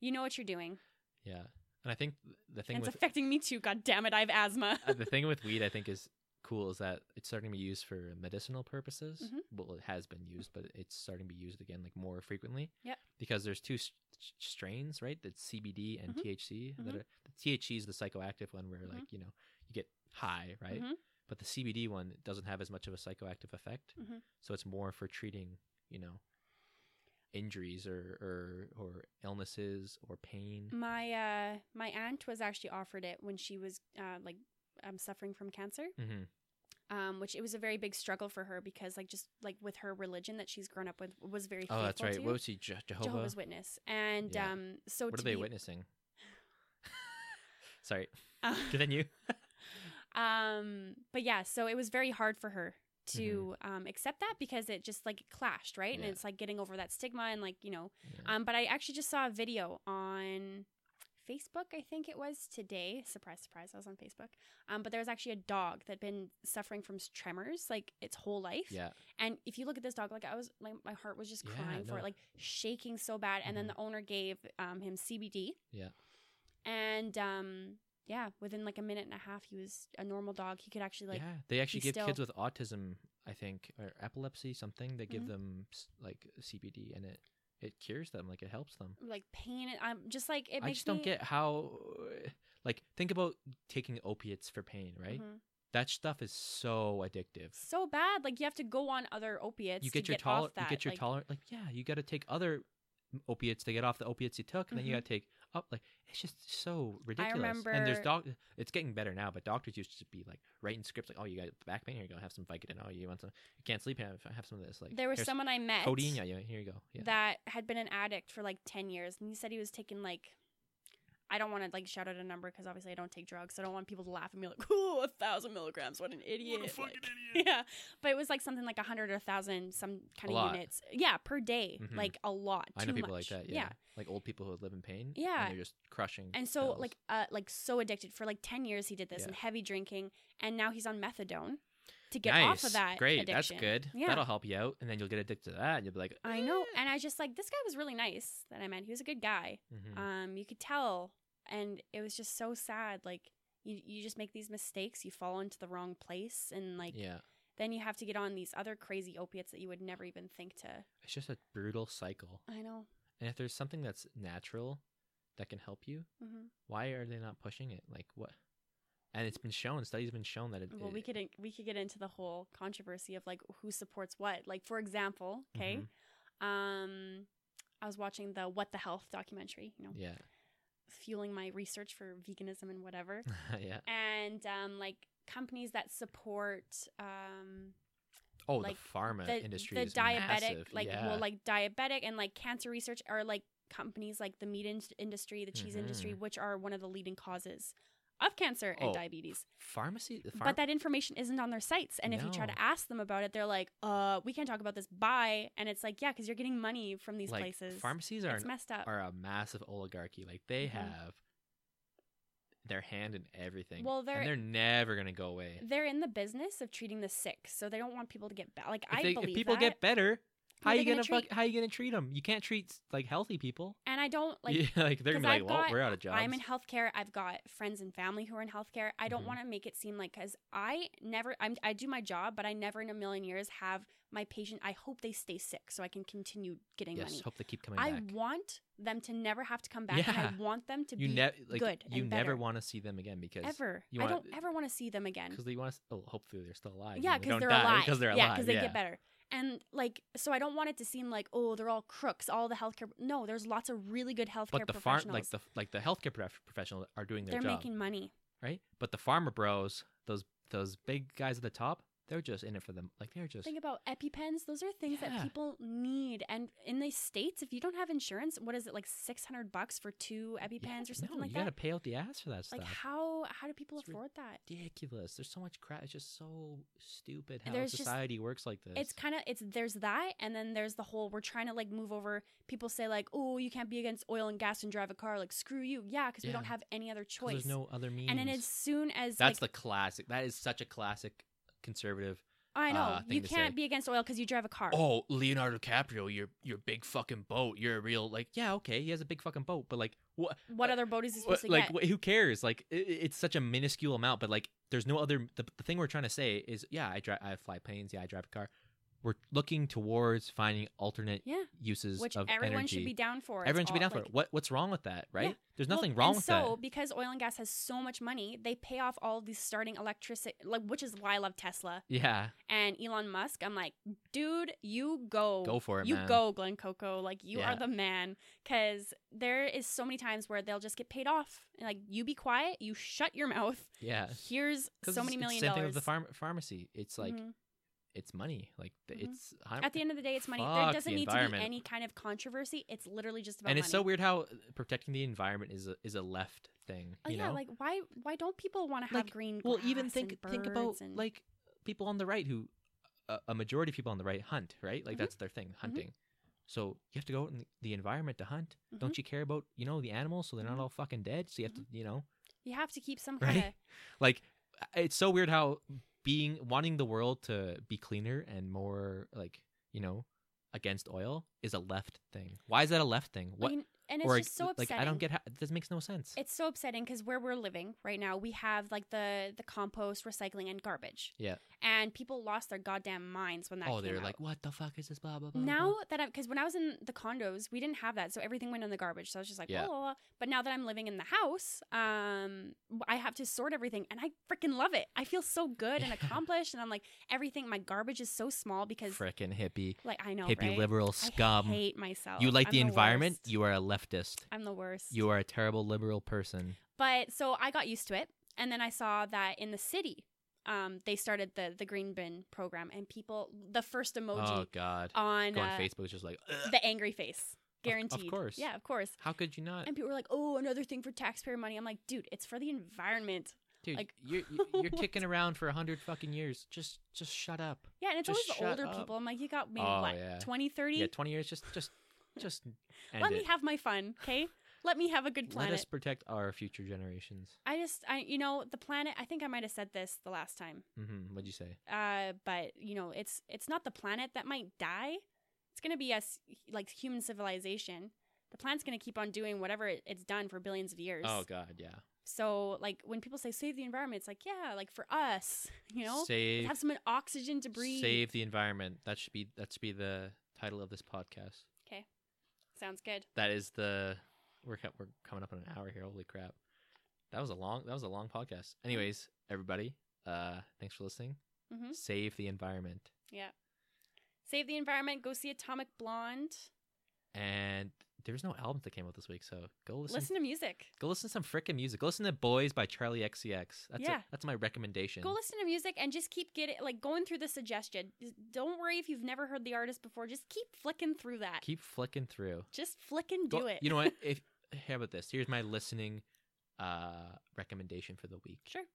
Speaker 1: you know what you're doing.
Speaker 2: yeah. And I think th- the thing
Speaker 1: And it's
Speaker 2: with
Speaker 1: affecting me too. God damn it, I have asthma.
Speaker 2: uh, the thing with weed I think is cool is that it's starting to be used for medicinal purposes.
Speaker 1: Mhm.
Speaker 2: Well, it has been used, but it's starting to be used again like more frequently.
Speaker 1: Yep.
Speaker 2: Because there's two s- s- strains, right? That's CBD and
Speaker 1: Mhm.
Speaker 2: THC. That
Speaker 1: Mhm.
Speaker 2: are, the THC is the psychoactive one where
Speaker 1: Mm-hmm.
Speaker 2: like, you know, you get high, right?
Speaker 1: Mhm.
Speaker 2: But the CBD one doesn't have as much of a psychoactive effect.
Speaker 1: Mhm.
Speaker 2: So it's more for treating, you know, injuries or or, or illnesses or pain.
Speaker 1: My uh, my aunt was actually offered it when she was uh, like, um, suffering from cancer.
Speaker 2: Mm-hmm.
Speaker 1: Um, which it was a very big struggle for her because like just like with her religion that she's grown up with was very
Speaker 2: Oh, that's
Speaker 1: faithful
Speaker 2: right.
Speaker 1: to
Speaker 2: What was he? Je- Jehovah?
Speaker 1: Jehovah's Witness, and
Speaker 2: Yeah.
Speaker 1: um, so
Speaker 2: what
Speaker 1: to
Speaker 2: are they
Speaker 1: be,
Speaker 2: witnessing? Sorry.
Speaker 1: Uh,
Speaker 2: Continue.
Speaker 1: um but yeah so it was very hard for her to um accept that because it just like clashed right
Speaker 2: Mm-hmm. Yeah.
Speaker 1: and it's like getting over that stigma and like you know
Speaker 2: Yeah.
Speaker 1: um but i actually just saw a video on facebook i think it was today surprise surprise i was on facebook um but there was actually a dog that had been suffering from s- tremors like its whole life
Speaker 2: yeah.
Speaker 1: and if you look at this dog like i was like my heart was just
Speaker 2: Yeah,
Speaker 1: crying for
Speaker 2: no. Mm-hmm.
Speaker 1: it like shaking so bad and then the owner gave um him cbd
Speaker 2: Yeah.
Speaker 1: and um yeah within like a minute and a half he was a normal dog he could actually like
Speaker 2: yeah. They actually
Speaker 1: be
Speaker 2: give kids
Speaker 1: still.
Speaker 2: with autism, I think, or epilepsy, something. They give
Speaker 1: Mhm.
Speaker 2: them s- like CBD, and it it cures them. Like it helps them.
Speaker 1: like pain and i'm just like it
Speaker 2: I
Speaker 1: makes
Speaker 2: just don't
Speaker 1: me-
Speaker 2: get how. Like think about taking opiates for pain, right?
Speaker 1: Mhm.
Speaker 2: That stuff is so addictive.
Speaker 1: so bad like you have to go on other opiates
Speaker 2: you
Speaker 1: to
Speaker 2: get your
Speaker 1: get off
Speaker 2: tolerance. You
Speaker 1: that,
Speaker 2: get your
Speaker 1: like,
Speaker 2: tolerance. Like yeah, you got to take other opiates to get off the opiates you took, and then you
Speaker 1: Mhm.
Speaker 2: got to take up. Like it's just so ridiculous. And
Speaker 1: remember-
Speaker 2: there's doc. It's getting better now, but doctors used to be like writing scripts like, "Oh, you got back pain. Here you go. Have some Vicodin. Oh, you want some? You can't sleep. Have have some of this. Like
Speaker 1: there was
Speaker 2: here's
Speaker 1: someone i met
Speaker 2: codeine. Yeah, yeah. Here you go. Yeah.
Speaker 1: that had been an addict for like 10 years and he said he was taking like i don't want to like shout out a number because obviously i don't take drugs so i don't want people to laugh and be like ooh a thousand milligrams what an idiot like, yeah but it was like something like a hundred or a thousand some kind
Speaker 2: A
Speaker 1: of
Speaker 2: lot.
Speaker 1: units yeah per day
Speaker 2: Mhm.
Speaker 1: like a lot
Speaker 2: I know
Speaker 1: too
Speaker 2: people
Speaker 1: much.
Speaker 2: like that. Yeah. Like old people who live in pain.
Speaker 1: Yeah.
Speaker 2: And they're just crushing.
Speaker 1: and so
Speaker 2: pills.
Speaker 1: like uh like so addicted for like 10 years he did this
Speaker 2: Yeah.
Speaker 1: and heavy drinking and now he's on methadone to get off
Speaker 2: nice.
Speaker 1: of that
Speaker 2: Great.
Speaker 1: addiction.
Speaker 2: That's good.
Speaker 1: Yeah.
Speaker 2: That'll help you out, and then you'll get addicted to that. And you'll be like,
Speaker 1: i know
Speaker 2: "Eh."
Speaker 1: and i just like this guy was really nice that i met he was a good guy
Speaker 2: Mhm.
Speaker 1: um you could tell and it was just so sad like you, you just make these mistakes you fall into the wrong place and like
Speaker 2: yeah.
Speaker 1: then you have to get on these other crazy opiates that you would never even think to
Speaker 2: It's just a brutal cycle.
Speaker 1: i know
Speaker 2: And if there's something that's natural that can help you.
Speaker 1: hmm
Speaker 2: Why are they not pushing it? Like what? And it's been shown. Studies have been shown that it.
Speaker 1: Well, we
Speaker 2: it-
Speaker 1: could we could get into the whole controversy of like who supports what. Like for example, okay,
Speaker 2: Mm-hmm.
Speaker 1: um, I was watching the What the Health documentary, you know,
Speaker 2: Yeah.
Speaker 1: fueling my research for veganism and whatever.
Speaker 2: yeah.
Speaker 1: and um, like companies that support um,
Speaker 2: Oh,
Speaker 1: like,
Speaker 2: the pharma
Speaker 1: the,
Speaker 2: industry
Speaker 1: the
Speaker 2: is
Speaker 1: diabetic,
Speaker 2: massive.
Speaker 1: like
Speaker 2: yeah.
Speaker 1: well, like diabetic and like cancer research are like companies like the meat in- industry, the cheese industry, which are one of the leading causes of cancer and
Speaker 2: Mm-hmm. Oh,
Speaker 1: diabetes.
Speaker 2: pharmacy. The
Speaker 1: but
Speaker 2: pharma-
Speaker 1: that information isn't on their sites, and if you try
Speaker 2: No.
Speaker 1: to ask them about it, they're like, "Uh, we can't talk about this." Bye, and it's like, yeah, because you're getting money from these
Speaker 2: like,
Speaker 1: places.
Speaker 2: Pharmacies are
Speaker 1: it's
Speaker 2: an
Speaker 1: messed up.
Speaker 2: are a massive oligarchy. Like they
Speaker 1: Mhm.
Speaker 2: have their hand in everything.
Speaker 1: Well, they're-
Speaker 2: and they're never gonna go away.
Speaker 1: they're in the business of treating the sick, so they don't want people to get bad. Like I
Speaker 2: If, they,
Speaker 1: believe
Speaker 2: if people
Speaker 1: that.
Speaker 2: get better,
Speaker 1: Who
Speaker 2: how
Speaker 1: are
Speaker 2: you
Speaker 1: they
Speaker 2: gonna,
Speaker 1: gonna
Speaker 2: fuck,
Speaker 1: treat?
Speaker 2: how you gonna treat them? You can't treat like healthy people.
Speaker 1: and I don't like.
Speaker 2: Like, like they're gonna
Speaker 1: 'cause
Speaker 2: be
Speaker 1: I've
Speaker 2: like, well,
Speaker 1: got-
Speaker 2: we're out of jobs.
Speaker 1: I'm in healthcare. I've got friends and family who are in healthcare. I don't
Speaker 2: Mhm.
Speaker 1: want to make it seem like because I never, I'm, I do my job, but I never in a million years have my patient. I hope they stay sick so I can continue getting
Speaker 2: yes,
Speaker 1: money.
Speaker 2: hope they keep coming
Speaker 1: I
Speaker 2: back.
Speaker 1: want them to never have to come back.
Speaker 2: Yeah.
Speaker 1: And I want them to
Speaker 2: you
Speaker 1: be
Speaker 2: never like
Speaker 1: good
Speaker 2: you
Speaker 1: and
Speaker 2: never
Speaker 1: better.
Speaker 2: want to see them again because
Speaker 1: ever.
Speaker 2: you
Speaker 1: I
Speaker 2: want-
Speaker 1: don't ever want to see them again.
Speaker 2: because they want to. Oh, hopefully they're still alive.
Speaker 1: Yeah, because
Speaker 2: because
Speaker 1: they are
Speaker 2: die,
Speaker 1: alive.
Speaker 2: Because they're
Speaker 1: Yeah,
Speaker 2: alive.
Speaker 1: because they get better. And like, so I don't want it to seem like, oh, they're all crooks. All the healthcare. No, there's lots of really good healthcare
Speaker 2: But the farm,
Speaker 1: professionals.
Speaker 2: like the like the healthcare prof- professionals are doing their
Speaker 1: they're
Speaker 2: job.
Speaker 1: making money.
Speaker 2: right? But the farmer bros, those those big guys at the top, they're just in it for them. Like they're just
Speaker 1: Think about EpiPens. Those are things
Speaker 2: Yeah.
Speaker 1: that people need. And in the States, if you don't have insurance, what is it like 600 bucks for two EpiPens
Speaker 2: Yeah,
Speaker 1: or something
Speaker 2: no,
Speaker 1: like
Speaker 2: you
Speaker 1: that?
Speaker 2: gotta pay out the ass for that
Speaker 1: Like
Speaker 2: stuff.
Speaker 1: how how do people
Speaker 2: It's rid-
Speaker 1: afford that?
Speaker 2: Ridiculous. There's so much crap. It's just so stupid how
Speaker 1: There's just-
Speaker 2: society works like this.
Speaker 1: It's kind of it's there's that and then there's the whole we're trying to like move over people say like, "Oh, you can't be against oil and gas and drive a car." Like, "Screw you." Yeah, cuz we don't
Speaker 2: Yeah.
Speaker 1: have any other
Speaker 2: 'Cause
Speaker 1: choice.
Speaker 2: There's no other means.
Speaker 1: and then as soon as
Speaker 2: that's
Speaker 1: like
Speaker 2: the classic. That is such a classic conservative.
Speaker 1: I know,
Speaker 2: uh,
Speaker 1: you
Speaker 2: thing to say.
Speaker 1: can't be against oil cuz you drive a car.
Speaker 2: Oh, Leonardo DiCaprio, your your big fucking boat. You're a real like yeah okay. He has a big fucking boat, but like what
Speaker 1: what other boat is he
Speaker 2: Wha-
Speaker 1: supposed to
Speaker 2: like
Speaker 1: get?
Speaker 2: wh- who cares like i i- it's such a minuscule amount but like there's no other the, the thing we're trying to say is yeah i drive i fly planes yeah i drive a car we're looking towards finding alternate
Speaker 1: yeah,
Speaker 2: uses
Speaker 1: which
Speaker 2: of
Speaker 1: everyone
Speaker 2: energy
Speaker 1: should be down for. It's
Speaker 2: everyone should be
Speaker 1: all-
Speaker 2: down for
Speaker 1: like,
Speaker 2: it what what's wrong with that right
Speaker 1: Yeah.
Speaker 2: there's
Speaker 1: Well,
Speaker 2: nothing wrong
Speaker 1: and
Speaker 2: with
Speaker 1: so,
Speaker 2: that
Speaker 1: because oil and gas has so much money, they pay off all these starting electricity, like which is why I love Tesla
Speaker 2: yeah
Speaker 1: and Elon Musk. I'm like, dude, you go,
Speaker 2: go for it
Speaker 1: you
Speaker 2: man.
Speaker 1: go, Glenn Coco, like you
Speaker 2: Yeah.
Speaker 1: are the man. Because there is so many times where they'll just get paid off, and like you be quiet, you shut your mouth.
Speaker 2: yeah
Speaker 1: Here's
Speaker 2: 'Cause
Speaker 1: so
Speaker 2: it's-
Speaker 1: many million
Speaker 2: it's the same thing
Speaker 1: dollars.
Speaker 2: with the farm- pharmacy it's like
Speaker 1: Mhm.
Speaker 2: it's money like th-
Speaker 1: Mhm.
Speaker 2: it's i
Speaker 1: At the end of the day, it's money.
Speaker 2: Fuck
Speaker 1: There
Speaker 2: the
Speaker 1: doesn't need to be
Speaker 2: environment.
Speaker 1: any kind of controversy. It's literally just about
Speaker 2: and
Speaker 1: money.
Speaker 2: it's so weird how protecting the environment is a, is a left thing
Speaker 1: Oh
Speaker 2: you
Speaker 1: yeah,
Speaker 2: know
Speaker 1: like why why don't people want to have
Speaker 2: Like,
Speaker 1: green?
Speaker 2: well even
Speaker 1: grass
Speaker 2: think
Speaker 1: and
Speaker 2: think about
Speaker 1: birds and-
Speaker 2: like people on the right who a, a majority of people on the right hunt right like
Speaker 1: Mhm.
Speaker 2: that's their thing hunting so you have to go out in the- the environment to hunt don't
Speaker 1: Mhm.
Speaker 2: you care about you know the animals so they're
Speaker 1: Mhm.
Speaker 2: not all fucking dead so you have
Speaker 1: Mm-hmm.
Speaker 2: to you know
Speaker 1: You have to keep some
Speaker 2: Right?
Speaker 1: kind of
Speaker 2: like it's so weird how being wanting the world to be cleaner and more like you know against oil is a left thing why is that a left thing what
Speaker 1: Like, n- and it's
Speaker 2: or
Speaker 1: just so
Speaker 2: like
Speaker 1: upsetting.
Speaker 2: i don't get how this makes no sense
Speaker 1: It's so upsetting because where we're living right now, we have like the the compost, recycling, and garbage.
Speaker 2: Yeah.
Speaker 1: And people lost their goddamn minds when that.
Speaker 2: oh
Speaker 1: came
Speaker 2: they're
Speaker 1: out.
Speaker 2: like what the fuck is this blah blah blah blah, blah."
Speaker 1: Now that I'm, because when I was in the condos, we didn't have that, so everything went in the garbage. So I was just like,
Speaker 2: Yeah.
Speaker 1: blah, blah, blah. But now that I'm living in the house, um, I have to sort everything, and I freaking love it. I feel so good and
Speaker 2: Yeah.
Speaker 1: accomplished, and I'm like, everything. My garbage is so small because,
Speaker 2: frickin' hippie
Speaker 1: like, I know,
Speaker 2: hippie
Speaker 1: right?
Speaker 2: liberal
Speaker 1: I
Speaker 2: scum
Speaker 1: hate myself.
Speaker 2: You like
Speaker 1: I'm
Speaker 2: the environment,
Speaker 1: worst.
Speaker 2: you are a leftist.
Speaker 1: I'm the worst.
Speaker 2: You are a terrible liberal person.
Speaker 1: But so I got used to it, and then I saw that in the city, um, they started the the green bin program, and people the first emoji
Speaker 2: Oh God.
Speaker 1: on,
Speaker 2: Go on
Speaker 1: uh,
Speaker 2: Facebook, it's just like "Ugh."
Speaker 1: the angry face,
Speaker 2: of
Speaker 1: guaranteed.
Speaker 2: course.
Speaker 1: yeah, of course.
Speaker 2: how could you not,
Speaker 1: And people were like, "Oh, another thing for taxpayer money." I'm like, "Dude, it's for the environment."
Speaker 2: dude?
Speaker 1: like,
Speaker 2: you're you- you're
Speaker 1: what?
Speaker 2: kicking around for a hundred fucking years. Just just shut up.
Speaker 1: Yeah, and it's
Speaker 2: Just
Speaker 1: always the
Speaker 2: shut
Speaker 1: older
Speaker 2: up.
Speaker 1: people. I'm like, "You got maybe
Speaker 2: Oh,
Speaker 1: what,
Speaker 2: yeah.
Speaker 1: twenty, thirty?
Speaker 2: Yeah, twenty years. Just just just end
Speaker 1: Let
Speaker 2: it.
Speaker 1: me have my fun, okay? Let me have a good
Speaker 2: Let
Speaker 1: planet."
Speaker 2: us protect our future generations.
Speaker 1: I just, I you know, the planet. I think I might have said this the last time.
Speaker 2: hmm What'd you say?
Speaker 1: uh, but you know it's it's not the planet that might die it's going to be us like human civilization the planet's going to keep on doing whatever it, it's done for billions of years
Speaker 2: Oh God, yeah.
Speaker 1: so like when people say save the environment it's like yeah like for us you know
Speaker 2: save
Speaker 1: have some oxygen to breathe
Speaker 2: save the environment. That should be that should be the title of this podcast.
Speaker 1: sounds good
Speaker 2: That is the we're co- we're coming up on an hour here. Holy crap. That was a long that was a long podcast. Anyways, everybody, uh thanks for listening.
Speaker 1: Mhm.
Speaker 2: Save the environment.
Speaker 1: Yeah. Save the environment. Go see Atomic Blonde.
Speaker 2: And there's no albums that came out this week, so go listen,
Speaker 1: Listen to music.
Speaker 2: go listen to some freaking music. Go listen to Boys by Charlie XCX. That's
Speaker 1: Yeah.
Speaker 2: a, that's my recommendation.
Speaker 1: Go listen to music and just keep getting like going through the suggestion. Just- Don't worry if you've never heard the artist before. Just keep flicking through that.
Speaker 2: Keep flicking through.
Speaker 1: just flick and do
Speaker 2: Go-
Speaker 1: it.
Speaker 2: You know what? If how about this? Here's my listening uh recommendation for the week.
Speaker 1: Sure.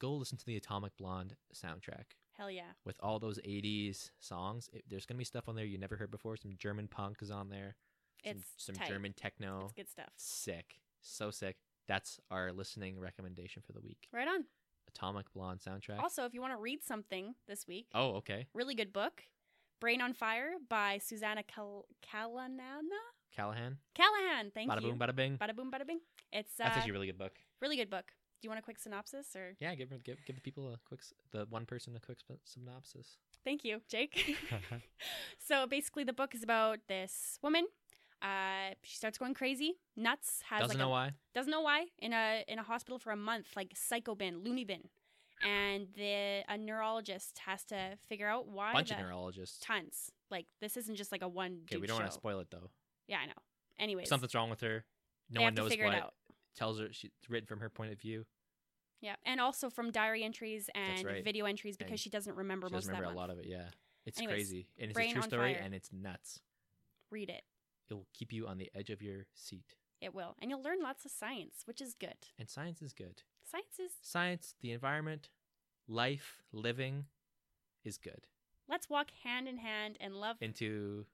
Speaker 2: Go listen to the Atomic Blonde soundtrack.
Speaker 1: Hell yeah.
Speaker 2: with all those 80s songs. It, there's going to be stuff on there you never heard before. Some German punk is on there. Some,
Speaker 1: It's
Speaker 2: some
Speaker 1: tight.
Speaker 2: German techno.
Speaker 1: It's good stuff.
Speaker 2: Sick. So sick. That's our listening recommendation for the week.
Speaker 1: Right on.
Speaker 2: Atomic Blonde soundtrack.
Speaker 1: Also, if you want to read something this week,
Speaker 2: Oh, okay.
Speaker 1: really good book, Brain on Fire by Susanna Cal- Calanana?
Speaker 2: Callahan.
Speaker 1: Callahan. Thank
Speaker 2: Bada
Speaker 1: you.
Speaker 2: boom, bada bing.
Speaker 1: Bada boom, bada bing. It's uh,
Speaker 2: That's actually a really good book.
Speaker 1: really good book. Do you want a quick synopsis or?
Speaker 2: Yeah, give give give the people a quick s- the one person a quick sp- synopsis.
Speaker 1: Thank you, Jake. so basically, the book is about this woman. Uh, she starts going crazy, nuts. Has
Speaker 2: Doesn't
Speaker 1: like
Speaker 2: know
Speaker 1: a,
Speaker 2: why.
Speaker 1: doesn't know why in a in a hospital for a month, like psycho bin, loony bin, and the a neurologist has to figure out why.
Speaker 2: Bunch
Speaker 1: the,
Speaker 2: of neurologists.
Speaker 1: Tons. Like this isn't just like a one.
Speaker 2: Okay, we
Speaker 1: dude
Speaker 2: don't
Speaker 1: show.
Speaker 2: want to spoil it though.
Speaker 1: Yeah, I know. Anyways,
Speaker 2: Something's wrong with her. No
Speaker 1: they
Speaker 2: one
Speaker 1: have to
Speaker 2: knows
Speaker 1: figure
Speaker 2: what.
Speaker 1: it out.
Speaker 2: Tells her she's written from her point of view.
Speaker 1: Yeah, and also from diary entries and
Speaker 2: right.
Speaker 1: video entries because
Speaker 2: And
Speaker 1: she doesn't remember
Speaker 2: She
Speaker 1: most
Speaker 2: doesn't remember
Speaker 1: of that
Speaker 2: a lot
Speaker 1: month.
Speaker 2: of it. Yeah, it's
Speaker 1: Anyways,
Speaker 2: crazy, and it's a
Speaker 1: Brain
Speaker 2: true
Speaker 1: on
Speaker 2: story,
Speaker 1: Fire.
Speaker 2: and it's nuts.
Speaker 1: Read it.
Speaker 2: It will keep you on the edge of your seat.
Speaker 1: It will, and you'll learn lots of science, which is good.
Speaker 2: And science is good.
Speaker 1: Science is.
Speaker 2: Science, the environment, life, living, is good.
Speaker 1: Let's walk hand in hand and love
Speaker 2: Into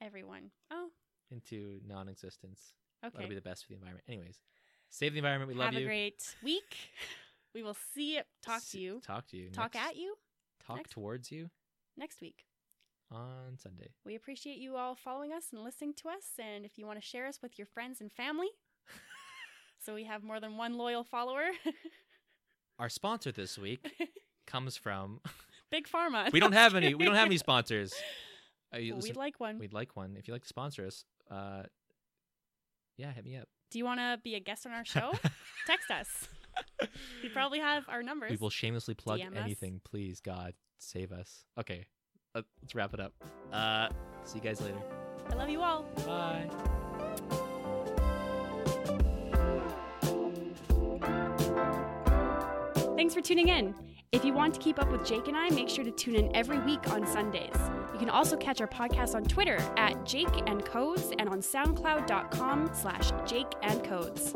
Speaker 1: everyone. Oh,
Speaker 2: into non-existence. That'll be
Speaker 1: okay.
Speaker 2: the best for the environment. Anyways, save the environment. We love
Speaker 1: Have
Speaker 2: you.
Speaker 1: a great week. We will see. Talk
Speaker 2: S-
Speaker 1: to you.
Speaker 2: Talk to you.
Speaker 1: Talk
Speaker 2: next-
Speaker 1: at you
Speaker 2: Talk
Speaker 1: next-
Speaker 2: towards you
Speaker 1: next week.
Speaker 2: on Sunday.
Speaker 1: We appreciate you all following us and listening to us. And if you want to share us with your friends and family, so we have more than one loyal follower,
Speaker 2: Our sponsor this week comes from.
Speaker 1: Big Pharma.
Speaker 2: We don't have any. We don't have any sponsors. Are you
Speaker 1: Well,
Speaker 2: listen-
Speaker 1: we'd like one.
Speaker 2: we'd like one if you'd like to sponsor us uh yeah hit me up
Speaker 1: Do you want to be a guest on our show? Text us. We probably have our numbers.
Speaker 2: we will shamelessly plug
Speaker 1: DM us.
Speaker 2: anything please god save us okay uh, let's wrap it up uh see you guys later
Speaker 1: I love you all.
Speaker 2: bye
Speaker 1: Thanks for tuning in. If you want to keep up with Jake and I, make sure to tune in every week on Sundays. You can also catch our podcast on Twitter at Jake and Codes and on SoundCloud.com slash Jake and Codes.